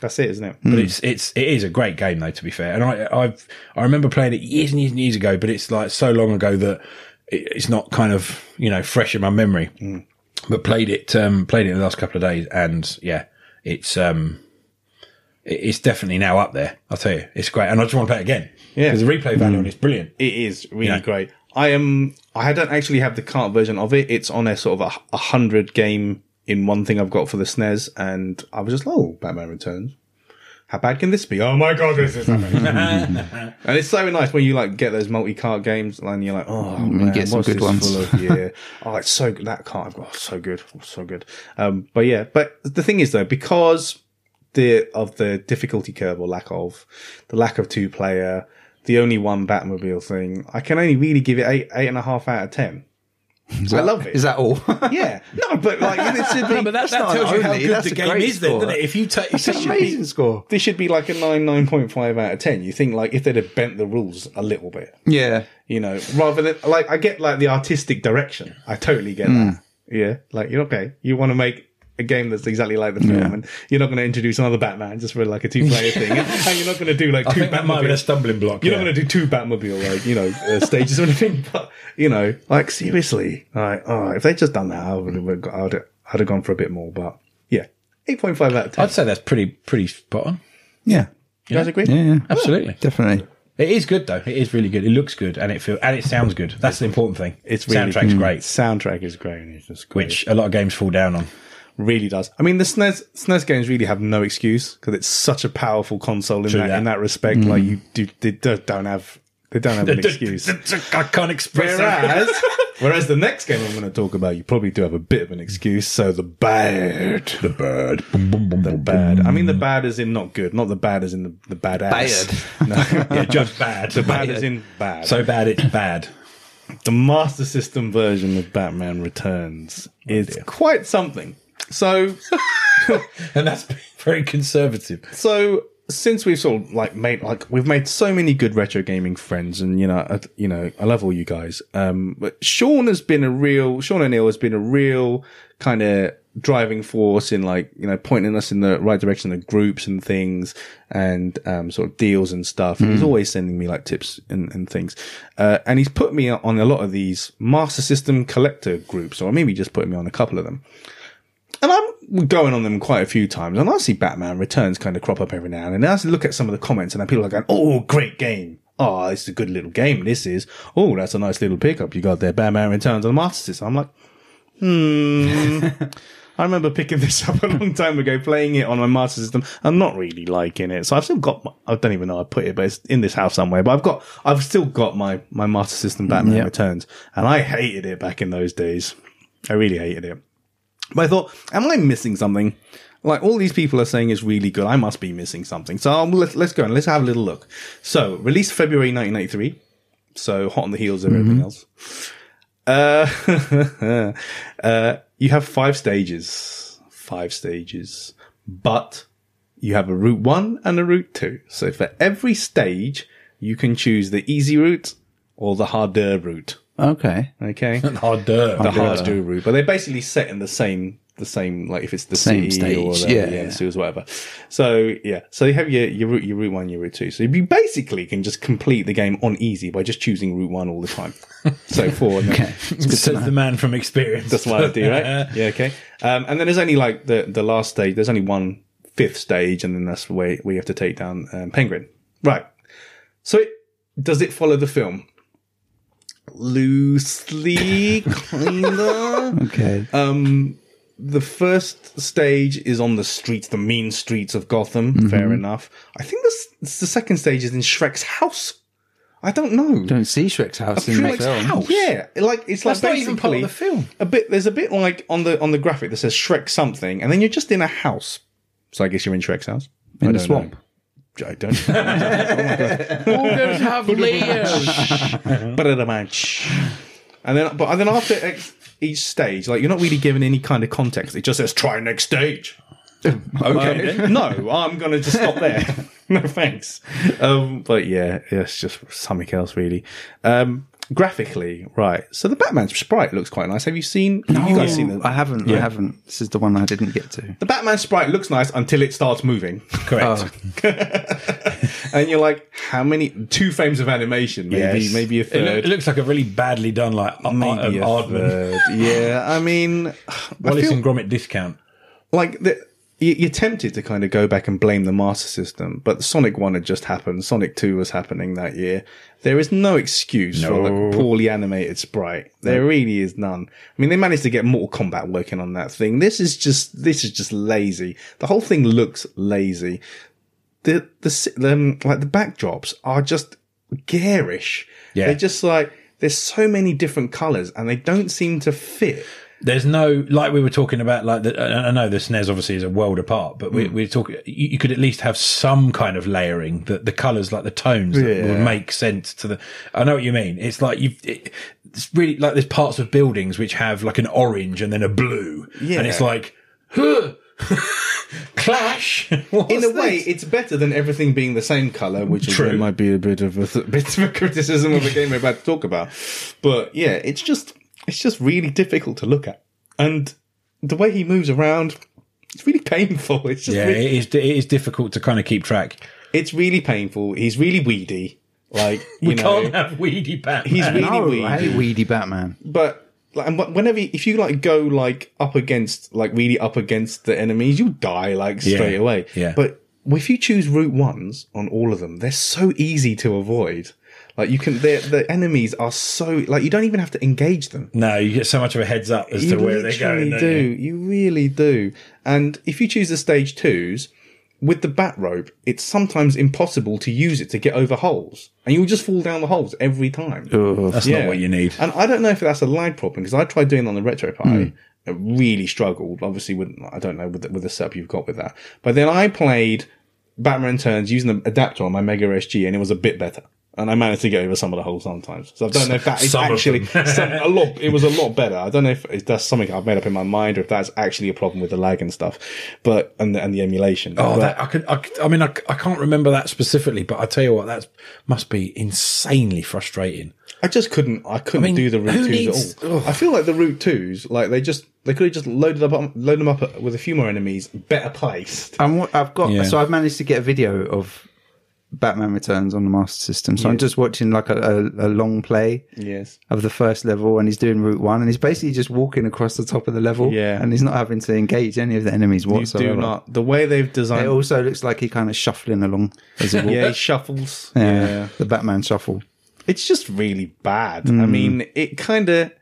S1: That's it, isn't it?
S5: But it's it's it is a great game though. To be fair, and I I've I remember playing it years and years and years ago, but it's like so long ago that it, it's not kind of you know fresh in my memory. But played it um, played it in the last couple of days, and yeah, it's um it- it's definitely now up there. I'll tell you, it's great, and I just want to play it again.
S1: Yeah.
S5: because the replay value on it's brilliant.
S1: It is really
S5: Yeah.
S1: great. I am. I don't actually have the cart version of it. It's on a sort of a, a hundred game in one thing I've got for the SNES, and I was just oh, Batman Returns. How bad can this be? Oh my god, this is amazing. and it's so nice when you like get those multi cart games, and you're like, oh man,
S4: Mm, get some
S1: what's
S4: good
S1: this
S4: ones.
S1: full of?
S4: [LAUGHS]
S1: Yeah, oh, it's so good. That cart I've got, oh, so good, oh, so good. Um, but yeah, but the thing is though, because the of the difficulty curve or lack of the lack of two player the only one batmobile thing i can only really give it eight eight and a half out of ten i love it
S4: Is that all?
S1: yeah no but like it should
S5: [LAUGHS]
S1: be
S5: But that,
S4: That's not
S5: that tells
S4: an
S5: you how
S4: only,
S5: good
S4: that's
S5: the
S4: a
S5: game
S4: great
S5: is, then,
S4: score.
S5: doesn't it? If you take,
S4: [LAUGHS] It's an amazing score.
S1: this should be like a 9 9.5 out of 10 you think like if they'd have bent the rules a little bit
S4: Yeah.
S1: you know rather than like i get like the artistic direction i totally get
S5: Mm.
S1: that yeah like you're okay you want to make a game that's exactly like the film, and you're not going to introduce another Batman just for like a two-player
S5: [LAUGHS]
S1: thing, and, and you're not going to do like
S5: I
S1: two
S5: think that might have been a
S1: Batmobiles.
S5: stumbling block.
S1: You're
S5: yeah.
S1: not going to do two Batmobile like you know uh, stages or anything, [LAUGHS] but you know, like seriously, like oh, if they would just done that, I would have got, I'd, I'd have gone for a bit more. But yeah, eight point five out of 10
S5: I'd say that's pretty pretty spot on.
S4: Yeah.
S1: you guys agree?
S4: Yeah, yeah.
S5: Absolutely.
S4: Definitely.
S5: It is good though. It is really good. It looks good and it feels and it sounds good. That's the important thing.
S1: It's really-
S5: soundtrack's
S1: Mm.
S5: great,
S1: Soundtrack is great. and It's just great.
S5: which a lot of games fall [LAUGHS] down on.
S1: really does. I mean, the E SNES SNES games really have no excuse because it's such a powerful console in that, Mm-hmm.
S5: that.
S1: in that respect. Like you do, they do- don't have they don't [LAUGHS] have an excuse.
S5: I can't express
S1: [LAUGHS]
S5: that.
S1: Whereas, whereas the next game I'm going to talk about, you probably do have a bit of an excuse. So the bad, the bad, the bad. I mean, the bad is in not good, not the bad is in the, the badass. [LAUGHS] No,
S5: [LAUGHS] Yeah, just bad.
S1: the bad is in bad.
S5: so bad it's bad. [LAUGHS]
S1: the Master System version of Batman Returns is quite something. So
S5: And that's [LAUGHS] very conservative.
S1: so since we've sort of like made like we've made so many good retro gaming friends and you know I, you know I love all you guys um but Sean has been a real Sean O'Neill has been a real kind of driving force in like you know pointing us in the right direction of groups and things and um sort of deals and stuff and he's always sending me like tips and, and things uh and he's put me on a lot of these master system collector groups or maybe just put me on a couple of them and I'm going on them quite a few times, and I see Batman Returns kind of crop up every now and then. And I just look at some of the comments, and then people are going, "Oh, great game! Oh, it's a good little game. This is. Oh, that's a nice little pickup you got there, Batman Returns on the Master System." I'm like, "Hmm." [LAUGHS] I remember picking this up a long time ago, playing it on my Master System, and not really liking it. So I've still got. My, I don't even know I put it, but it's in this house somewhere. But I've got. I've still got my my Master System Batman Returns, and I hated it back in those days. I really hated it. But I thought, am I missing something? Like all these people are saying is really good. I must be missing something. So I'll, let's let's go and let's have a little look. So released February 1983. So hot on the heels of everything else. Uh, [LAUGHS] uh, you have five stages, five stages, but you have a route one and a route two. So for every stage, you can choose the easy route or the harder route.
S4: Okay.
S1: Okay
S5: Harder.
S1: the hard do route, but they're basically set in the same the same like if it's the
S4: Same
S1: city or whatever,
S4: stage, yeah,
S1: yeah,
S4: yeah.
S1: the sewers, whatever. So yeah, so you have your your route your route one, your route two. So you basically can just complete the game on easy by just choosing route one all the time. so four, okay.
S5: Says the man from experience.
S1: That's what I do, right? yeah, okay. Um, and then there's only like the the last stage. There's only one fifth stage, and then that's the way we have to take down um, Penguin. Right. So it, does it follow the film? Loosely, kinda.
S4: Okay.
S1: uh, the first stage is on the streets, the mean streets of Gotham.
S5: Mm-hmm.
S1: Fair enough. I think this, the second stage is in Shrek's house. I don't know.
S4: Don't see Shrek's house in the
S1: Shrek's
S4: film.
S1: house. Yeah, like it's
S5: That's
S1: like
S5: not even part
S1: basically
S5: of the film.
S1: A bit. There's a bit like on the on the graphic that says Shrek something, and then you're just in a house. So I guess you're in Shrek's house.
S4: In
S1: I
S4: the
S1: don't
S4: swamp.
S1: know. I don't. [LAUGHS] oh my god!
S6: have layers.
S1: and then, but then after ex- each stage, like you're not really given any kind of context. It just says try next stage.
S4: Okay.
S1: [LAUGHS] Um, no, I'm going to just stop there. [LAUGHS] no thanks. Um, but yeah, it's just something else really. Um, graphically, right. So the Batman sprite looks quite nice. Have you seen? Have you guys seen
S4: I
S1: the,
S4: haven't. I haven't. This is the one I didn't get to.
S1: the Batman sprite looks nice until it starts [LAUGHS] moving.
S5: [LAUGHS] Correct.
S1: and you're like, how many? Two frames of animation, maybe,
S5: Yes.
S1: maybe a
S5: It, loo-
S1: third.
S5: it looks like a really badly done, like uh,
S1: maybe
S5: uh,
S1: a
S5: Aardman.
S1: third. Yeah, I mean, I
S5: Wallace
S1: feel-
S5: and Gromit discount.
S1: like the, you- you're tempted to kind of go back and blame the Master System, but the Sonic One had just happened. Sonic Two was happening that year. There is no excuse for like poorly animated sprite. There really is none. I mean, they managed to get Mortal Kombat working on that thing. This is just this is just lazy. The whole thing looks lazy. The the si- um, like the backdrops are just garish.
S5: Yeah.
S1: they're just like there's so many different colors and they don't seem to fit.
S5: There's no like we were talking about. Like the, I I know the SNES obviously is a world apart, but
S1: Hmm.
S5: we, we're talking. You, you could at least have some kind of layering that the colors, like the tones, that would
S1: Yeah.
S5: make sense to the. I know what you mean. It's like you've. It, it's really like there's parts of buildings which have like an orange and then a blue, and it's
S1: Yeah.
S5: like. Huh. [LAUGHS] Clash [LAUGHS] What's
S1: in a way,
S5: this?
S1: it's better than everything being the same color, which is-
S5: True.
S1: might be a bit of a [LAUGHS] bit of a criticism of the game we're about to talk about. But yeah, it's just it's just really difficult to look at, and the way he moves around, it's really painful. [LAUGHS] It's just
S5: yeah,
S1: really-
S5: it is. It is difficult to kind of keep track.
S1: it's really painful. He's really weedy, like you
S5: We
S1: know,
S5: can't have weedy Batman.
S1: he's really weedy.
S4: I hate weedy Batman.
S1: but like, and wh- whenever if you like go like up against like really up against the enemies, you die like straight away.
S5: yeah.
S1: But if you choose route ones on all of them, they're so easy to avoid. Like you can, they're- the enemies are so like you don't even have to engage them.
S5: No, you get so much of a heads up as
S1: you
S5: to where they're
S1: literally
S5: going. don't
S1: do.
S5: you?
S1: You? really do. And if you choose the stage twos with the bat rope, it's sometimes impossible to use it to get over holes, and you'll just fall down the holes every time.
S5: That's
S1: Yeah.
S5: not what you need. Hmm.
S1: And I don't know if that's a lag problem because I tried doing it on the RetroPie. I really struggled. Obviously, with I don't know with the, with the setup you've got with that. But then I played Batman Turns using the adapter on my Mega SG, and it was a bit better. And I managed to get over some of the holes sometimes. So I don't know if that is
S5: Some of
S1: actually
S5: them.
S1: some,
S5: [LAUGHS]
S1: a lot. It was a lot better. I don't know if it's- that's something I've made up in my mind or if that's actually a problem with the lag and stuff, but and the, and the emulation.
S5: Oh,
S1: But-
S5: that I could. I, could- I mean, I, c- I can't remember that specifically, but I tell you what, that must be insanely frustrating.
S1: I just couldn't. I couldn't
S5: I mean,
S1: do the route
S5: who
S1: twos
S5: needs-
S1: at all.
S5: Ugh.
S1: I feel like the route twos, like they just they could have just loaded up, loaded them up with a few more enemies, better placed.
S4: And what I've got,
S5: Yeah.
S4: so I've managed to get a video of Batman Returns on the Master System. So I'm just watching like a, a, a long play
S1: Yes.
S4: of the first level, and he's doing Route One, and he's basically just walking across the top of the level,
S1: Yeah.
S4: and he's not having to engage any of the enemies
S1: You
S4: whatsoever.
S1: do not. The way they've
S4: It
S1: designed,
S4: also looks like he kind of shuffling along as he walks.
S1: yeah, he shuffles.
S4: Yeah, the Batman shuffle.
S1: it's just really bad. I mean, it kind of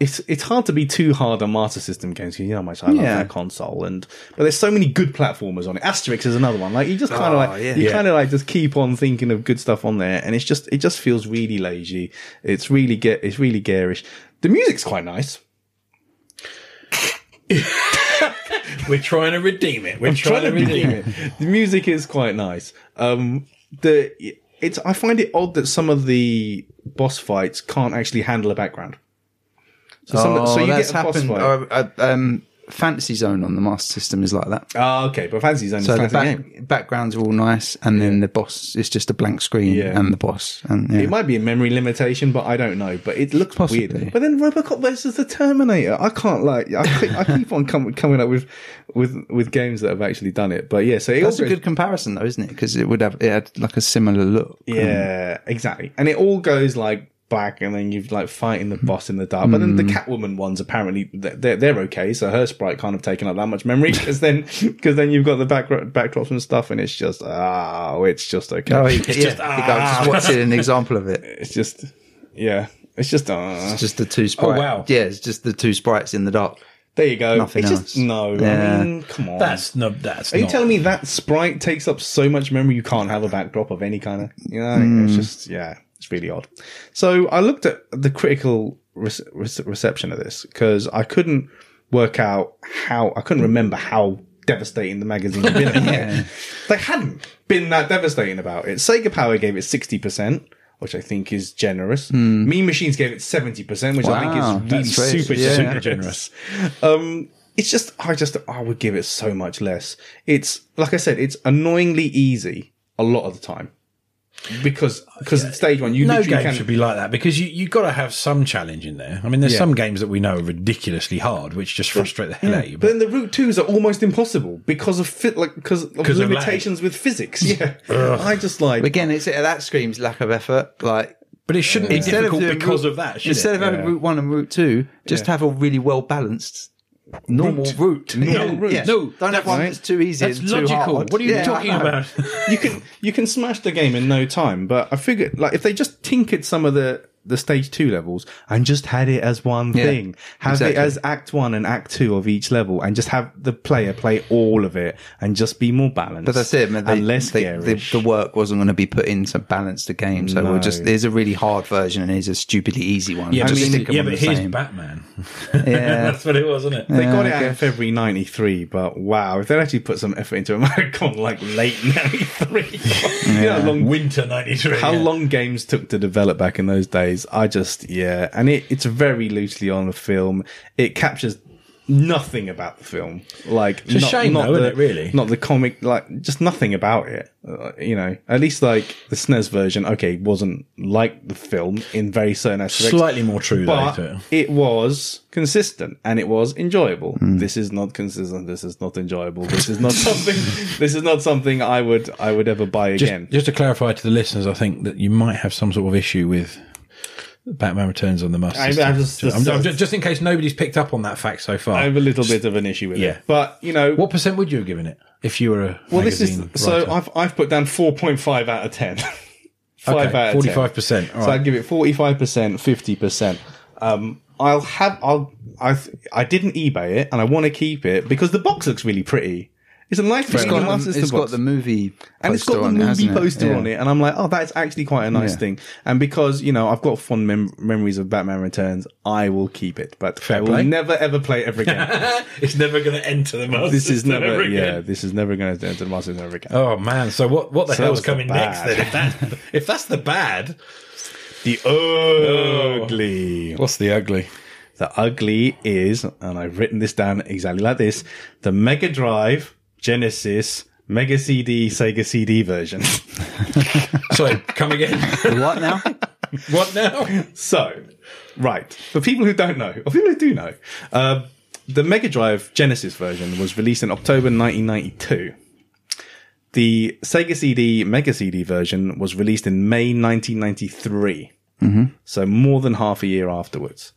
S1: it's it's hard to be too hard on Master System games. 'cause You know how much I love
S4: Yeah.
S1: that console, and but there's so many good platformers on it. Asterix is another one. Like you just kind of
S4: Oh,
S1: like
S4: yeah.
S1: you
S5: Yeah.
S1: kind of like just keep on thinking of good stuff on there, and it's just it just feels really lazy. It's really get it's really garish. The music's quite nice.
S5: We're trying to redeem it. We're trying, to redeem it.
S1: [LAUGHS] the music is quite nice. Um, the it's I find it odd that some of the boss fights can't actually handle a background. So, some,
S4: Oh,
S1: so you get a boss fight.
S4: Uh, uh, um, Fantasy Zone on the Master System is like that.
S1: Ah, okay, but Fantasy Zone
S4: So
S1: is
S4: the
S1: fancy
S4: back,
S1: game.
S4: backgrounds are all nice, and then the boss is just a blank screen,
S1: Yeah.
S4: and the boss, and yeah.
S1: It might be a memory limitation, but I don't know. But it looks
S4: Possibly.
S1: weird. But then RoboCop versus the Terminator, I can't like. I keep, I keep on com- coming up with with with games that have actually done it. But yeah, so it
S4: That's
S1: also
S4: a good comparison, though, isn't it? Because it would have it had like a similar look.
S1: Yeah, exactly. And it all goes like back, and then you've like fighting
S4: Hmm.
S1: the boss in the dark. But then the Catwoman ones apparently th- they're they're okay. So her sprite can't have taken up that much memory because then because then you've got the back backdrops and stuff, and it's just oh, it's just okay.
S4: Oh, it's
S5: just, ah.
S4: just watching an example
S1: [LAUGHS]
S4: of it.
S1: It's just yeah, it's just uh,
S4: It's just the two sprites.
S5: wow.
S4: Yeah, it's just the two sprites in the dark.
S1: there you go.
S4: Nothing
S1: it's
S4: else.
S1: just no.
S4: Yeah.
S1: I mean, come on.
S5: [LAUGHS] That's no. That's.
S1: are you
S5: not-
S1: telling me that sprite takes up so much memory you can't have a backdrop of any kind of, you know,
S4: Hmm.
S1: it's just, yeah, it's really odd. So I looked at the critical rece- rece- reception of this because I couldn't work out how, I couldn't remember how devastating the magazine's been
S4: [LAUGHS]
S1: about it. [LAUGHS] They hadn't been that devastating about it. Sega Power gave it 60%. Which I think is generous. Mean Machines gave it seventy percent, which I
S4: Hmm. Wow,
S1: think is really
S4: that's great.
S1: super,
S4: Yeah.
S1: super generous. Um, it's just I just I would give it so much less. It's like I said, it's annoyingly easy a lot of the time because because stage one you
S5: no
S1: literally
S5: game
S1: can
S5: should be like that because you you got to have some challenge in there. I mean, there's
S1: Yeah.
S5: some games that we know are ridiculously hard, which just frustrate the hell out of you.
S1: But
S5: But
S1: then the route twos are almost impossible because of fit like because of
S5: 'Cause of
S1: limitations with physics. [LAUGHS] Yeah, I just like
S4: Again, it's, that screams lack of effort. Like
S5: but it shouldn't be
S4: instead
S5: difficult
S4: of doing
S5: because
S4: route-
S5: of that. Should
S4: instead
S5: it?
S4: of having
S1: Yeah.
S4: route one and route two, just have a really well balanced normal route.
S5: No, route. No,
S4: don't have one
S1: right.
S4: that's too easy.
S5: that's
S4: and too
S5: logical.
S4: hard.
S5: What are you
S4: Yeah,
S5: [LAUGHS]
S4: I
S5: talking
S4: know.
S5: about?
S1: you can you can smash the game in no time. But I figured like if they just tinkered some of the the stage two levels and just had it as one
S4: Yeah,
S1: thing, have it
S4: exactly.
S1: as act one and act two of each level, and just have the player play all of it and just be more balanced.
S4: But that's it. Man. They,
S1: and less
S4: they- the,
S1: garish.
S4: the work wasn't going to be put in to balance the game. So we'll just there's a really hard version and there's a stupidly easy one.
S5: Yeah,
S4: just
S5: but,
S4: stick 'em
S5: yeah,
S4: on
S5: but
S4: the
S5: here's
S4: same.
S5: Batman. [LAUGHS]
S4: yeah.
S5: That's what it was, wasn't it?
S1: They got it out
S4: okay.
S1: in February 93, but wow, if they'd actually put some effort into it, [LAUGHS] it, might have gone like late [LAUGHS] 93. You know how long
S5: Winter '93.
S1: how long games took to develop back in those days i just yeah and it, it's very loosely on the film it captures nothing about the film like it's
S5: a shame though,
S1: the,
S5: isn't it, really?
S1: not the comic like just nothing about it Uh, you know at least like the snes version okay wasn't like the film in very certain aspects
S5: Slightly more true,
S1: but
S5: though.
S1: it was consistent and it was enjoyable. This is not consistent. This is not enjoyable. This is not [LAUGHS] something. this is not something I would I would ever buy
S5: Just,
S1: again.
S5: just to clarify to the listeners, I think that you might have some sort of issue with Batman Returns on the Master.
S1: I- I'm
S5: System.
S1: just-
S5: I'm- I'm just, just in case nobody's picked up on that fact so far.
S1: I have a little bit of an issue with
S5: Yeah.
S1: it. But you know,
S5: what percent would you have given it if you were a
S1: well, this is
S5: magazine
S1: so
S5: writer?
S1: I've I've put down four point five out of ten. [LAUGHS] Five
S5: Okay,
S1: out of
S5: 45%,
S1: ten.
S5: all
S1: So
S5: right.
S1: I'd give it forty five percent, fifty percent. Um, I'll have I'll I th- I didn't eBay it, and I want to keep it because the box looks really pretty. It's a nice
S4: It's
S1: thing.
S4: got,
S1: Got,
S4: it's got the movie
S1: and it's got the
S4: on it,
S1: movie
S4: hasn't it?
S1: poster
S4: Yeah.
S1: on it, and I'm like, oh, that's actually quite a nice
S4: Yeah.
S1: thing. And because you know I've got fond mem- memories of Batman Returns, I will keep it, but I will
S5: play.
S1: never ever play
S4: [LAUGHS]
S1: it ever again.
S5: it's never going to enter the [LAUGHS] Master.
S1: this is
S5: System ever
S1: never,
S5: again.
S1: yeah, this is never going to enter the Masters ever again.
S5: Oh man! So what? What the
S1: So that
S5: hell's
S1: was the
S5: coming next
S1: bad.
S5: then? If that [LAUGHS] if that's the bad,
S1: The ugly.
S5: what's the ugly?
S1: The ugly is, and I've written this down exactly like this: the Mega Drive, Genesis, Mega CD, Sega CD version. [LAUGHS]
S5: Sorry, come again.
S4: What now?
S5: [LAUGHS] what now?
S1: so, right for people who don't know, or people who do know, uh, the Mega Drive Genesis version was released in October 1992. The Sega CD Mega CD version was released in May 1993.
S5: Mm-hmm.
S1: So more than half a year afterwards.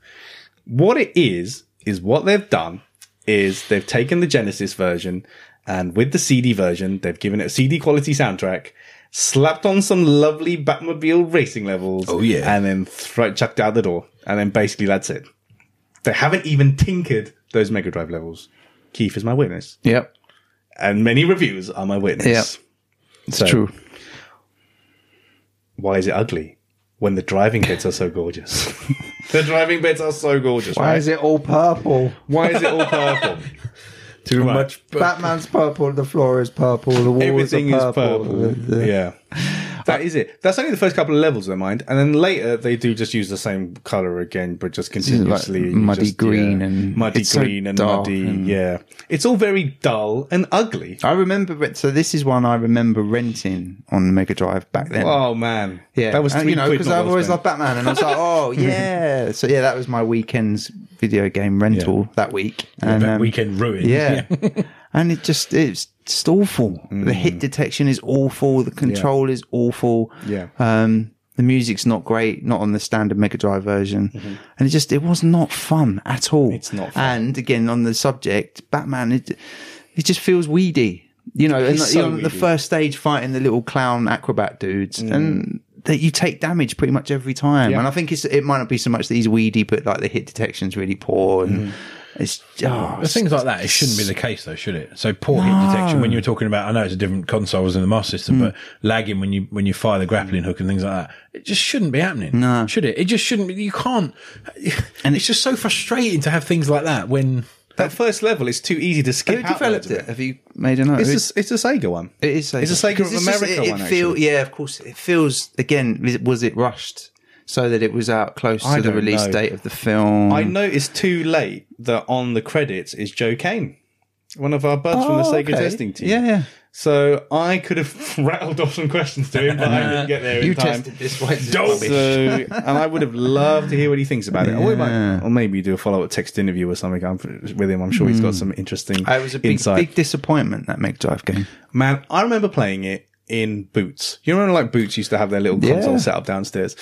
S1: What it is, is what they've done is they've taken the Genesis version and with the CD version, they've given it a CD quality soundtrack, slapped on some lovely Batmobile racing levels.
S5: Oh, yeah.
S1: And then thro- chucked it out the door. And then basically that's it. They haven't even tinkered those Mega Drive levels. Keith is my witness.
S4: yep.
S1: And many reviews are my witness.
S4: Yep. It's true.
S1: Why is it ugly? When the driving bits are [LAUGHS] so gorgeous. the driving bits are so gorgeous.
S4: Why
S1: right?
S4: is it all purple?
S1: Why is it
S4: [LAUGHS]
S1: all purple?
S5: Too much.
S4: Batman's purple. The floor is purple. The walls
S1: Everything
S4: are
S1: is
S4: purple.
S1: purple. yeah. That is it. That's only the first couple of levels, though, mind. And then later they do just use the same color again, but just continuously you
S4: muddy
S1: just,
S4: green
S1: yeah.
S4: and-
S1: muddy
S4: it's so
S1: green and
S4: dark
S1: muddy.
S4: and- Oh,
S1: Yeah, it's all very dull and ugly.
S4: I remember. re- So this is one I remember renting on Mega Drive back then.
S1: Oh man,
S4: Yeah,
S1: that was
S4: And,
S1: three
S4: you know
S1: quid
S4: because
S1: not
S4: I've
S1: well
S4: always
S1: spent.
S4: loved Batman, and I
S1: [LAUGHS]
S4: was like, oh yeah. So yeah, that was my weekend's video game rental that week, and um,
S5: weekend ruin.
S4: yeah, [LAUGHS] and it just it's just awful. The
S1: Mm.
S4: hit detection is awful. The control is awful.
S1: Yeah.
S4: um, the music's not great, not on the standard Mega Drive version, and it just it was not fun at all.
S1: Mm-hmm. It's not fun.
S4: And again, on the subject, Batman, it it just feels weedy. You know, and
S1: He's
S4: like, you're
S1: so
S4: on the
S1: weedy. Mm.
S4: first first stage fighting the little clown acrobat dudes and that you take damage pretty much every time and i think it's it might not be so much that he's weedy but like the hit detection's really poor
S1: Mm.
S4: and it's oh,
S5: But things like that, it shouldn't be the case, though, should it? So poor hit detection when you're talking about. I know it's a different consoles in the Master System, but lagging when you when you fire the grappling hook and things like that, it just shouldn't be happening. No, should it? It just shouldn't. be. You can't. And it's just so frustrating to have things like that when
S1: That first level is too easy to skip.
S4: Who
S1: out loads
S4: developed
S1: of
S4: it? Have you made a note?
S1: It's
S4: Who-
S1: a, it's a Sega one.
S4: it is Sega.
S1: It's a Sega
S4: 'Cause
S1: of
S4: it's just-
S1: America
S4: it, it
S1: one.
S4: feel-
S1: actually.
S4: yeah, of course. It feels again. is- Was it rushed so that it was out close
S1: I
S4: to the
S1: don't
S4: release
S1: know.
S4: date of the film?
S1: I noticed too late that on the credits is Joe Kane, one of our buds from the
S4: Oh,
S1: Sega
S4: okay.
S1: testing team.
S4: Yeah, yeah.
S1: So I could have [LAUGHS] rattled off some questions to him, but I didn't get there in
S4: You
S1: time. uh,
S4: tested this
S1: [LAUGHS]
S4: one.
S1: So, and I would have loved to hear what he thinks about it. Or, we might, or maybe do a follow up text interview or something I'm, with him. I'm sure he's got some interesting
S4: Uh, It Hmm. was a big,
S1: insight.
S4: big disappointment that Meg Drive game.
S1: Man, I remember playing it in Boots. You remember, like Boots used to have their little console
S4: Yeah.
S1: set up downstairs,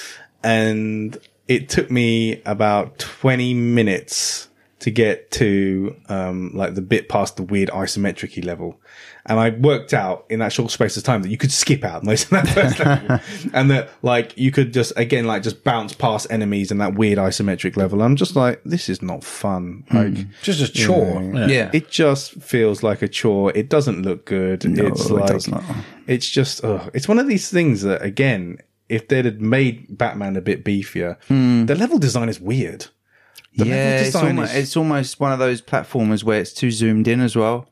S1: and it took me about twenty minutes to get to um, like the bit past the weird isometric level. And I worked out in that short space of time that you could skip out most of that first level, and that like you could just again like just bounce past enemies in that weird isometric level. I'm just like, this is not fun. Like
S5: Just a chore. Yeah.
S4: Yeah.
S1: it just feels like a chore. It doesn't look good. it's
S4: it
S1: like
S4: does not.
S1: it's just ugh. it's one of these things that again, if they'd have made Batman a bit beefier,
S4: Hmm.
S1: the level design is weird. The
S4: yeah,
S1: level
S4: it's
S1: design
S4: almost,
S1: is
S4: it's almost one of those platformers where it's too zoomed in as well.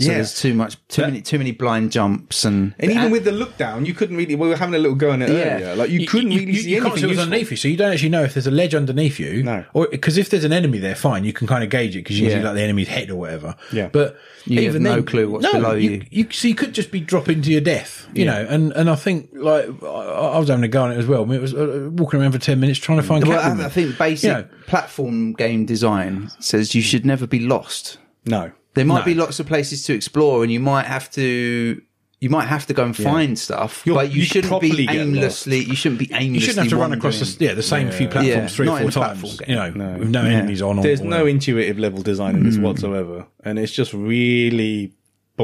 S4: So
S1: Yeah.
S4: there's too much, too many, too many blind jumps and
S1: and even with the look down, you couldn't really. We were having a little go on it earlier. Like you, couldn't really see
S5: you
S1: anything.
S5: can't see what's
S1: useful.
S5: underneath you, so you don't actually know if there's a ledge underneath you.
S1: No.
S5: Or because if there's an enemy there, fine, you can kind of gauge it because you can
S4: Yeah.
S5: see like the enemy's head or whatever.
S1: Yeah.
S5: But
S4: You have
S5: even
S4: no
S5: then-
S4: clue what's below you.
S5: So you could just be dropping to your death, you know. And and I think like I, I was having a go on it as well. I mean, it was uh, walking around for ten minutes trying to find.
S4: well,
S5: Catwoman.
S4: I, I think basic
S5: You know,
S4: platform game design says you should never be lost.
S1: No,
S4: There might
S5: No.
S4: be lots of places to explore, and you might have to. You might have to go and find stuff,
S1: You'll-
S4: but you,
S1: you
S4: shouldn't
S1: properly
S4: be
S1: get
S4: aimlessly. You shouldn't be aimlessly.
S5: you shouldn't have to run across the, s- yeah, the same few platforms
S4: Yeah.
S5: three
S4: Not
S5: or
S4: in
S5: four
S4: a platform
S5: times. You know, with no enemies on. or-
S1: there's
S5: or
S1: no intuitive level design in this
S4: Hmm.
S1: whatsoever, and it's just really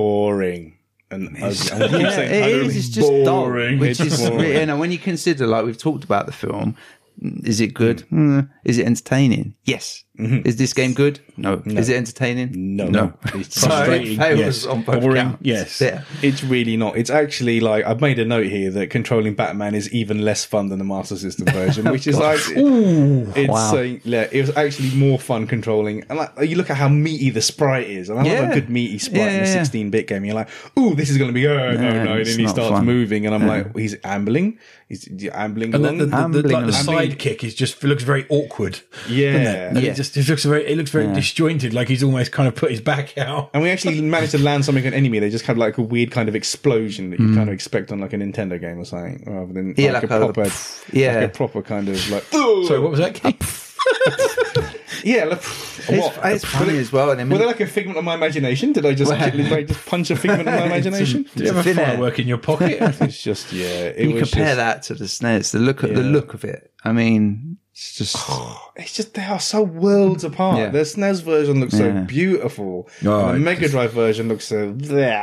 S1: boring. And ugly. I keep saying
S4: it
S1: ugly.
S4: is. It's just
S1: boring.
S4: dull. Which
S1: It's
S4: is,
S1: boring.
S4: you know, when you consider, like we've talked about the film, is it good? Mm. Is it entertaining? Yes. Is this game good? No. Is it entertaining?
S1: No.
S4: No. [LAUGHS]
S1: It's
S4: So it
S1: frustrating.
S4: fails
S5: yes.
S4: on both
S5: Boring,
S4: counts.
S5: yes.
S4: Yeah.
S1: It's really not. It's actually like I've made a note here that controlling Batman is even less fun than the Master System
S4: [LAUGHS]
S1: version, which is like it's
S4: wow.
S1: saying yeah, it was actually more fun controlling. And like you look at how meaty the sprite is, and I love
S4: Yeah.
S1: a good meaty sprite in
S4: Yeah,
S1: a
S4: yeah, yeah.
S1: sixteen bit game. You're like, ooh, this is going to be oh no no, and
S4: it's
S1: then he
S4: not
S1: starts
S4: fun.
S1: moving, and I'm like, he's ambling, he's ambling
S5: And the,
S1: along.
S5: the, the, the,
S4: Ambling
S5: like the
S4: along.
S5: sidekick is just looks very awkward.
S1: Yeah.
S5: doesn't it? And
S4: Yeah.
S5: It just it looks very it looks very disjointed, like he's almost kind of put his back out.
S1: and we actually managed to land something on an enemy. They just had like a weird kind of explosion that you kind of expect on like a Nintendo game or something, rather than
S4: Hmm. Yeah,
S1: like,
S4: like
S1: a
S4: a-
S1: proper,
S4: yeah.
S1: like a proper kind of like
S5: So what was that? Kate?
S1: Yeah, like,
S4: It's,
S1: what?
S4: it's funny as well. And I mean,
S1: Were they like a figment of my imagination? Did I just [LAUGHS]
S4: Well-
S1: did I just punch a [LAUGHS] figment of my imagination?
S5: Did you have a
S4: Thin air.
S5: firework in your pocket?
S4: [LAUGHS]
S1: It's just yeah. It
S4: you
S1: was
S4: compare
S1: just,
S4: that to the SNES. The look at the
S1: Yeah.
S4: look of it. I mean, it's
S5: [SIGHS]
S4: just
S1: It's just they are so worlds apart.
S4: Yeah.
S1: The SNES version looks so
S4: Yeah.
S1: beautiful.
S5: Oh,
S1: the
S5: it
S1: Mega Drive version looks so.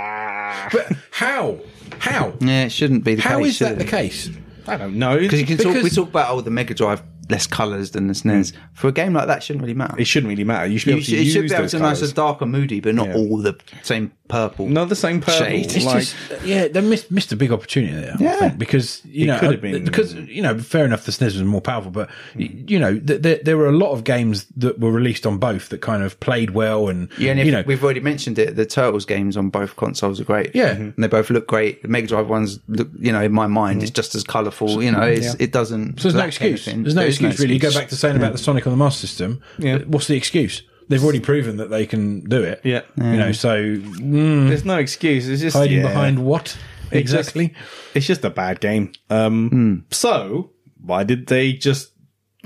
S5: but how? How?
S4: yeah. It shouldn't be the
S5: How
S4: case.
S5: is that
S4: should
S5: the
S4: it?
S5: case?
S1: I don't know.
S4: Because you can talk, we
S5: Because- Hmm.
S4: talk about oh the Mega Drive less colours than the SNES. For a game like that, shouldn't really matter.
S1: it shouldn't really matter. You should be
S4: You
S1: able
S4: should,
S1: to
S4: it
S1: use
S4: should be able
S1: those
S4: to nice
S1: colours.
S4: and dark and moody, but not
S1: Yeah.
S4: all the same purple.
S1: Not the same purple.
S4: Shade.
S5: It's
S1: like,
S5: just uh, yeah, they missed missed a big opportunity there. I
S4: Yeah.
S5: think, because you
S1: It
S5: know uh,
S1: could have been-
S5: because you know fair enough the SNES was more powerful, but y you know th- there there were a lot of games that were released on both that kind of played well and
S4: Yeah, and if,
S5: you know
S4: we've already mentioned it. The Turtles games on both consoles are great.
S5: Yeah.
S4: and they both look great. The Mega Drive ones look, you know, in my mind, it's just as colourful. You know, it's, it doesn't.
S5: Hmm. So there's no
S4: lack
S5: excuse.
S4: anything.
S5: There's no
S4: There is
S5: excuse really. You go
S4: excuse.
S5: back to saying about the Sonic on the Master System.
S1: Yeah.
S5: What's the excuse? They've already proven that they can do it.
S1: Yeah.
S5: You know, so mm,
S1: there's no excuse. It's just
S5: hiding
S1: yeah.
S5: behind what
S1: It's just-
S5: exactly?
S1: it's just a bad game. Um,
S4: Hmm.
S1: So why did they just?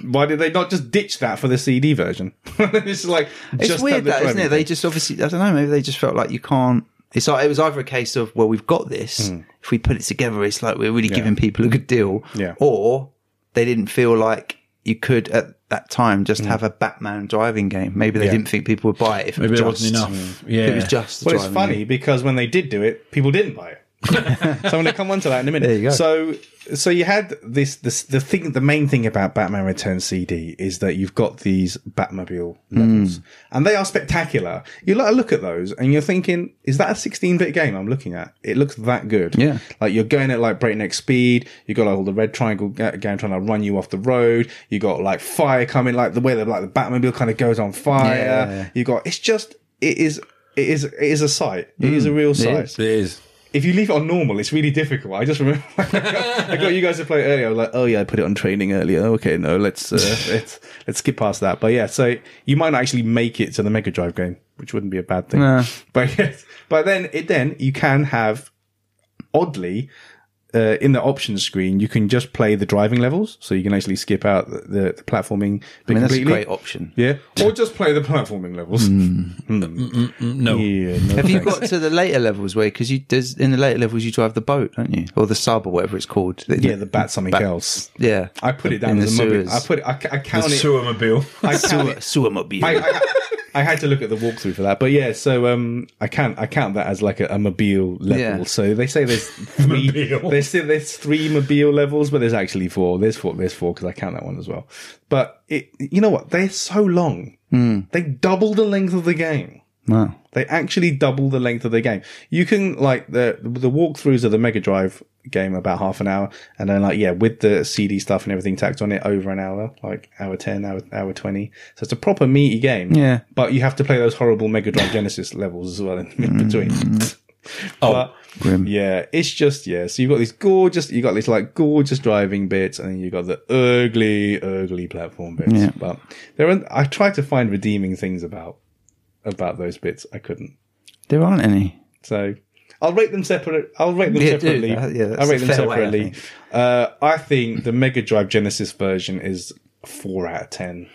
S1: Why did they not just ditch that for the CD version? [LAUGHS] it's like
S4: It's
S1: just have
S4: weird
S1: the
S4: that, isn't
S1: driving
S4: it? They
S1: thing.
S4: just obviously, I don't know, maybe they just felt like you can't. It's like, it was either a case of, well, we've got this.
S1: Hmm.
S4: If we put it together, it's like we're really giving people a good deal.
S1: Yeah.
S4: Or they didn't feel like you could at that time just have a Batman driving game. Maybe
S1: Hmm.
S4: they
S1: Yeah.
S4: didn't think people would buy it if
S5: Maybe
S4: it
S5: there
S4: was
S5: wasn't
S4: just,
S5: enough. Yeah.
S4: If it was just. a
S1: well, it's
S4: driving
S1: funny
S4: game. [LAUGHS]
S1: because when they did do it, people didn't buy it. so I'm going to come on to that in a minute.
S4: you go.
S1: So, so you had this, this, the thing, the main thing about Batman Returns CD is that you've got these Batmobile
S4: Hmm.
S1: levels and they are spectacular. You like look at those and you're thinking, is that a 16 bit game I'm looking at? It looks that good.
S4: Yeah.
S1: Like you're going at like breakneck speed. You got like all the red triangle ga- game trying to run you off the road. You got like fire coming, like the way that like the Batmobile kind of goes on fire.
S4: Yeah, yeah, yeah.
S1: You got, it's just, it is, it is, it is a sight. It is a real sight
S4: Mm. is.
S5: It is.
S1: if you leave it on normal, it's really difficult. I just remember [LAUGHS] I, got, I got you guys to play it earlier. I was like, oh yeah, I put it on training earlier. Okay, no, let's
S4: [LAUGHS]
S1: uh, let's let's skip past that. But yeah, so you might not actually make it to the Mega Drive game, which wouldn't be a bad thing.
S4: Nah.
S1: But [LAUGHS] yes, but then it then you can have oddly uh, in the options screen you can just play the driving levels, so you can actually skip out the, the, the platforming.
S4: I mean, that's a
S1: completely.
S4: great option.
S1: Yeah, or just play the platforming levels. Hmm.
S4: Mm,
S5: No.
S1: Yeah, no
S4: Have you
S1: thanks.
S4: got to the later levels where because you there's in the later levels you drive the boat, don't you, or the sub or whatever it's called?
S1: yeah the bat something else?
S4: yeah.
S1: I put it down
S4: In the
S1: as a mobile.
S4: sewers.
S1: I put it. I, ca- I count it.
S5: mobile.
S4: [LAUGHS]
S1: I count it.
S4: sewer mobile.
S1: I, I, I had to look at the walkthrough for that, but yeah. So um, I count I count that as like a, a mobile level.
S4: Yeah.
S1: So they say
S4: [LAUGHS]
S1: there's three.
S5: Mobile.
S1: there's still there's three mobile levels, but there's actually four. There's four. There's four because I count that one as well. But it, you know what? They're so long.
S4: Hmm.
S1: They double the length of the game.
S4: no.
S1: They actually double the length of the game. You can like the the walkthroughs of the Mega Drive game about half an hour, and then like yeah, with the CD stuff and everything tacked on it, over an hour, like hour ten, hour hour twenty. So it's a proper meaty game.
S4: Yeah.
S1: but you have to play those horrible Mega Drive Genesis levels as well in, [LAUGHS] in between.
S4: Mm.
S5: Oh.
S1: But, yeah, it's just yeah. So you've got these gorgeous, you got these like gorgeous driving bits, and then you got the ugly, ugly platform bits.
S4: Yeah.
S1: But there, are, I tried to find redeeming things about about those bits. I couldn't.
S4: There aren't any.
S1: So I'll rate them separate. I'll rate them
S4: Yeah, do
S1: separately.
S4: that. Yeah, that's
S1: I'll rate
S4: a
S1: them
S4: fair way, I
S1: separately.
S4: think.
S1: uh, I think the Mega Drive Genesis version is four out of ten.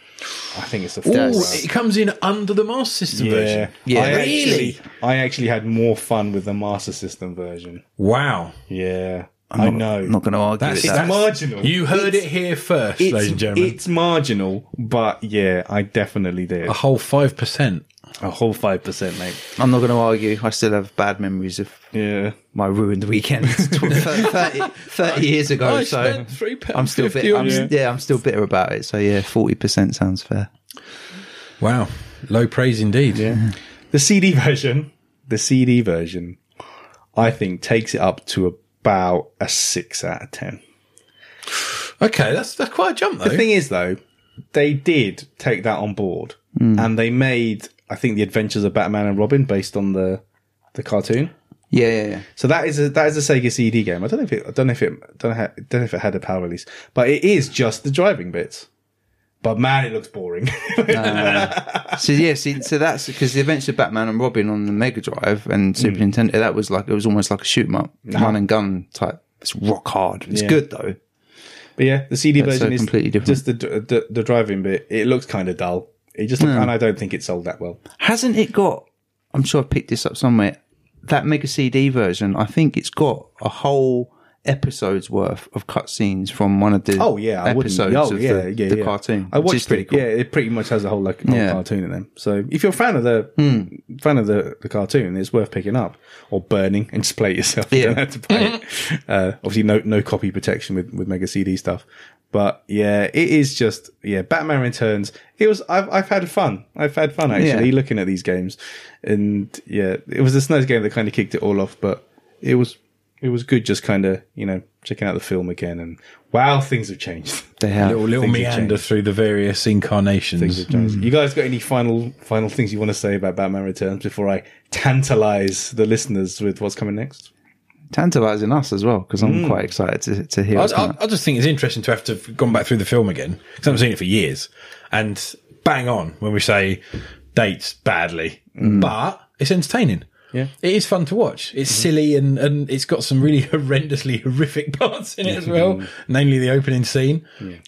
S1: I think it's a four.
S5: Ooh,
S1: out
S5: it comes in under the Master System
S1: yeah,
S5: version.
S4: Yeah.
S1: I
S5: Really?
S1: Actually, I actually had more fun with the Master System version.
S5: Wow.
S1: Yeah,
S4: I'm
S1: I
S4: not-
S1: know.
S4: I'm not going to argue
S5: That's-
S1: it's
S4: with that.
S1: marginal.
S5: You heard it here first,
S1: it's,
S5: ladies and gentlemen.
S1: it's marginal, but yeah, I definitely did
S5: a whole 5%.
S1: Oh, a whole five percent, mate.
S4: I'm not going to argue. I still have bad memories of
S1: Yeah.
S4: my ruined weekend [LAUGHS] 30, 30 years ago.
S5: I
S4: so
S5: spent three pounds
S4: [LAUGHS] I'm still
S5: fifty
S4: bit, I'm,
S5: on-
S4: yeah. I'm still bitter about it. So yeah, forty percent sounds fair.
S5: Wow. Low praise indeed.
S1: The CD [LAUGHS] version, the CD version, I think takes it up to about a six out of ten.
S5: Okay, that's, that's quite a jump, though.
S1: The thing is, though, they did take that on board,
S4: Hmm.
S1: and they made, I think, the Adventures of Batman and Robin based on the the cartoon.
S4: Yeah, yeah, yeah.
S1: So that is a that is a Sega CD game. I don't know if it I don't know if it don't know, how- don't know if it had a power release, but it is just the driving bits. But man, it looks boring. [LAUGHS]
S4: So yeah, see, so that's because the Adventures of Batman and Robin on the Mega Drive
S5: Mm.
S4: and Super Nintendo, that was like it was almost like a shoot 'em up,
S5: Uh-huh.
S4: run and gun type. It's rock hard. It's
S1: Yeah.
S4: good though.
S1: But yeah, the CD
S4: That's so
S1: version is
S4: completely different.
S1: just the, the the driving bit. It looks kind of dull. It just and I don't think it sold that well.
S4: Hasn't it got? I'm sure I picked this up somewhere. That Mega CD version, I think it's got a whole episode's worth of cutscenes from one of the
S1: Oh yeah, I wouldn't.
S4: episodes
S1: Oh
S4: of
S1: yeah,
S4: the,
S1: yeah,
S4: the
S1: yeah.
S4: cartoon.
S1: I watched
S4: which is pretty
S1: it.
S4: cool.
S1: Yeah, it pretty much has a whole like whole
S4: Yeah. Hmm.
S1: cartoon in them. So if you're a fan of the fan of the, the cartoon, it's worth picking up or burning and just play it yourself. You
S4: Yeah.
S1: don't have to play
S4: [LAUGHS]
S1: it. Uh, obviously, no no copy protection with with Mega CD stuff. But yeah, it is just yeah. Batman Returns. It was I've I've had fun. I've had fun actually
S4: Yeah.
S1: looking at these games, and yeah, it was this nice game that kind of kicked it all off. But it was it was good just kind of you know checking out the film again and wow things have
S5: [LAUGHS]
S1: changed. [LAUGHS]
S4: They have.
S5: little little
S1: Things have
S5: meander
S1: changed.
S5: through the various incarnations.
S1: You guys got any final final things you want to say about Batman Returns before I tantalize the listeners with what's coming next?
S4: tantalizing us as well because
S1: Mm.
S4: I'm quite excited to, to hear.
S5: I,
S4: what's coming
S5: I,
S4: up.
S5: I just think it's interesting to have to have gone back through the film again because I haven't seen it for years. And bang on when we say dates badly, but it's entertaining.
S1: Mm. Yeah. Mm-hmm.
S5: it is fun to watch. It's silly and and it's got some really [LAUGHS] horrendously horrific parts in it as
S1: Mm.
S5: well, namely the opening scene.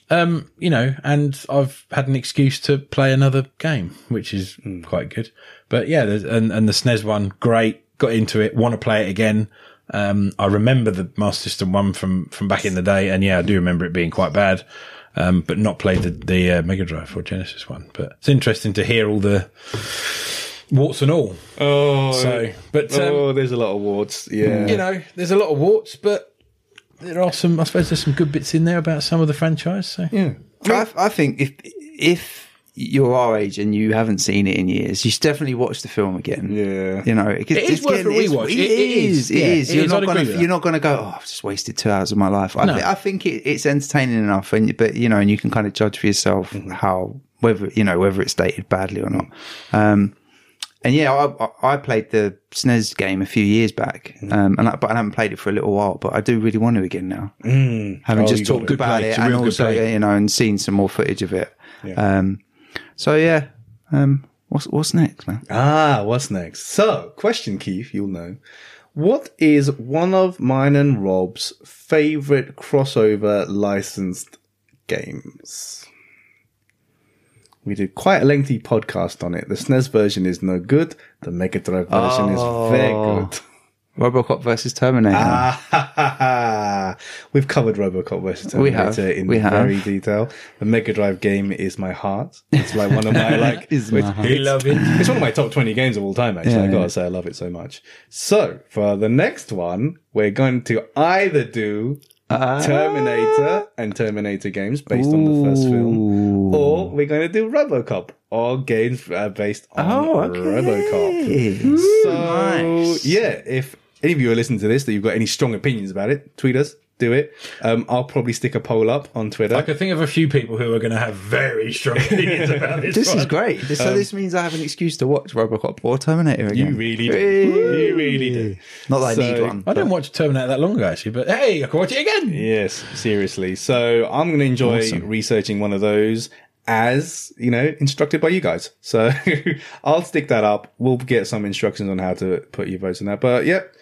S5: Um, you know, and I've had an excuse to play another game, which is
S1: Mm.
S5: quite good. But yeah, there's, and and the SNES one, great. Got into it, want to play it again. Um, I remember the Master System one from from back in the day, and yeah, I do remember it being quite bad. Um, but not played the, the uh, Mega Drive or Genesis one. But it's interesting to hear all the warts and all.
S1: Oh,
S5: So, but, um,
S1: oh, there's a lot of warts. Yeah,
S5: You know, there's a lot of warts, but there are some. I suppose there's some good bits in there about some of the franchise. So
S1: yeah.
S4: I, I think if if you're our age and you haven't seen it in years, you should definitely watch the film again.
S1: Yeah.
S4: you know, it,
S5: is worth a rewatch. It-
S4: It, it
S5: it
S4: is.
S5: is.
S4: It
S5: Yeah,
S4: is.
S5: it
S4: You're
S5: is. I'd
S4: not
S5: agree
S4: going
S5: with
S4: to.
S5: that.
S4: You're not going to go. Oh, I've just wasted two hours of my life. I,
S5: No.
S4: thi- I think it, it's entertaining enough, and but you know, and you can kind of judge for yourself how whether you know whether it's dated badly or not. Um, and yeah, I- I, I played the SNES game a few years back, um, and I, but I haven't played it for a little while. But I do really want to again now, mm. having
S1: Oh,
S4: just
S1: you got
S4: talked
S1: it.
S4: about
S5: play.
S4: it
S5: It's a
S4: and
S5: real good
S4: also,
S5: play.
S4: you know, and seen some more footage of it. Um, so yeah, um, what's what's next, man?
S1: Ah, what's next? So, question, Keith, you'll know. What is one of mine and Rob's favorite crossover licensed games? We did quite a lengthy podcast on it. The SNES version is no good. The Mega Drive version is very good.
S4: Robocop versus Terminator.
S1: [LAUGHS] We've covered RoboCop versus Terminator
S4: We have.
S1: in
S4: We have.
S1: very detail. The Mega Drive game is my heart. It's like one of
S4: [LAUGHS]
S1: my like.
S4: Is my
S1: it's-
S4: heart.
S1: It's, it's one of my top twenty games of all time. Actually, I
S4: Yeah,
S1: gotta
S4: yeah.
S1: say, I love it so much. So for the next one, we're going to either do
S4: Ah.
S1: Terminator and Terminator games based on the first film, or we're going to do RoboCop or games uh, based on RoboCop. So
S4: Oh, Nice.
S1: yeah, if any of you are listening to this that you've got any strong opinions about it, tweet us, do it. Um, I'll probably stick a poll up on Twitter.
S5: I could think of a few people who are going to have
S1: [LAUGHS]
S5: very strong opinions about this.
S4: This is
S5: one.
S4: great. This- So this means I have an excuse to watch Robocop or Terminator again.
S1: You really do.
S4: Hey.
S1: You really do.
S4: Not that I
S1: So-
S4: need one.
S5: I don't watch Terminator that long ago actually, but hey, I can watch it again.
S1: Yes, seriously. So I'm going to enjoy researching one of those as, you know, instructed by you guys. So [LAUGHS] I'll stick that up. We'll get some instructions on how to put your votes in that. But yep.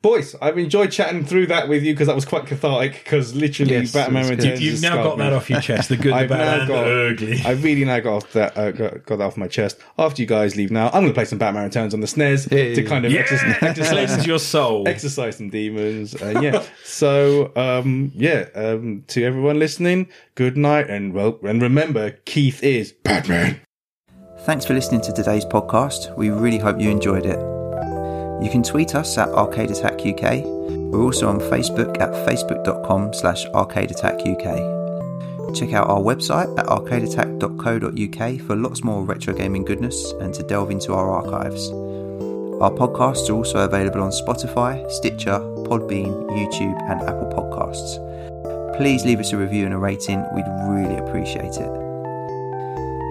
S1: Boys, I've enjoyed chatting through that with you because that was quite cathartic. Because literally,
S4: Yes,
S1: Batman
S4: it was good.
S1: Returns.
S5: You've
S1: has
S5: now got
S1: scarred me.
S5: that off your chest. The good,
S1: [LAUGHS]
S5: the
S1: I've
S5: bad,
S1: now
S5: and
S1: got-
S5: the
S1: [LAUGHS]
S5: ugly.
S1: I really now got off that uh, got, got that off my chest. After you guys leave now, I'm going to play some Batman Returns on the SNES
S4: Yeah, yeah,
S1: to
S4: yeah.
S1: kind of
S5: [LAUGHS]
S1: exercise,
S5: Cleanse your soul.
S1: exercise some demons. And yeah, so um, yeah, um, to everyone listening, good night, and well, and remember, Keith is Batman.
S4: Thanks for listening to today's podcast. We really hope you enjoyed it. You can tweet us at Arcade Attack UK. We're also on Facebook at facebook.com slash Arcade Attack UK. Check out our website at arcadeattack.co.uk for lots more retro gaming goodness and to delve into our archives. Our podcasts are also available on Spotify, Stitcher, Podbean, YouTube, and Apple Podcasts. Please leave us a review and a rating, we'd really appreciate it.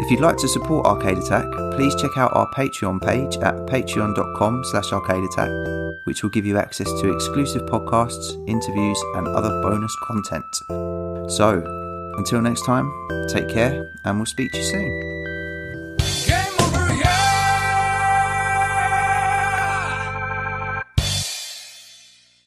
S4: If you'd like to support Arcade Attack, please check out our Patreon page at patreon.com slash arcadeattack, which will give you access to exclusive podcasts, interviews and other bonus content. So, until next time, take care and we'll speak to you soon.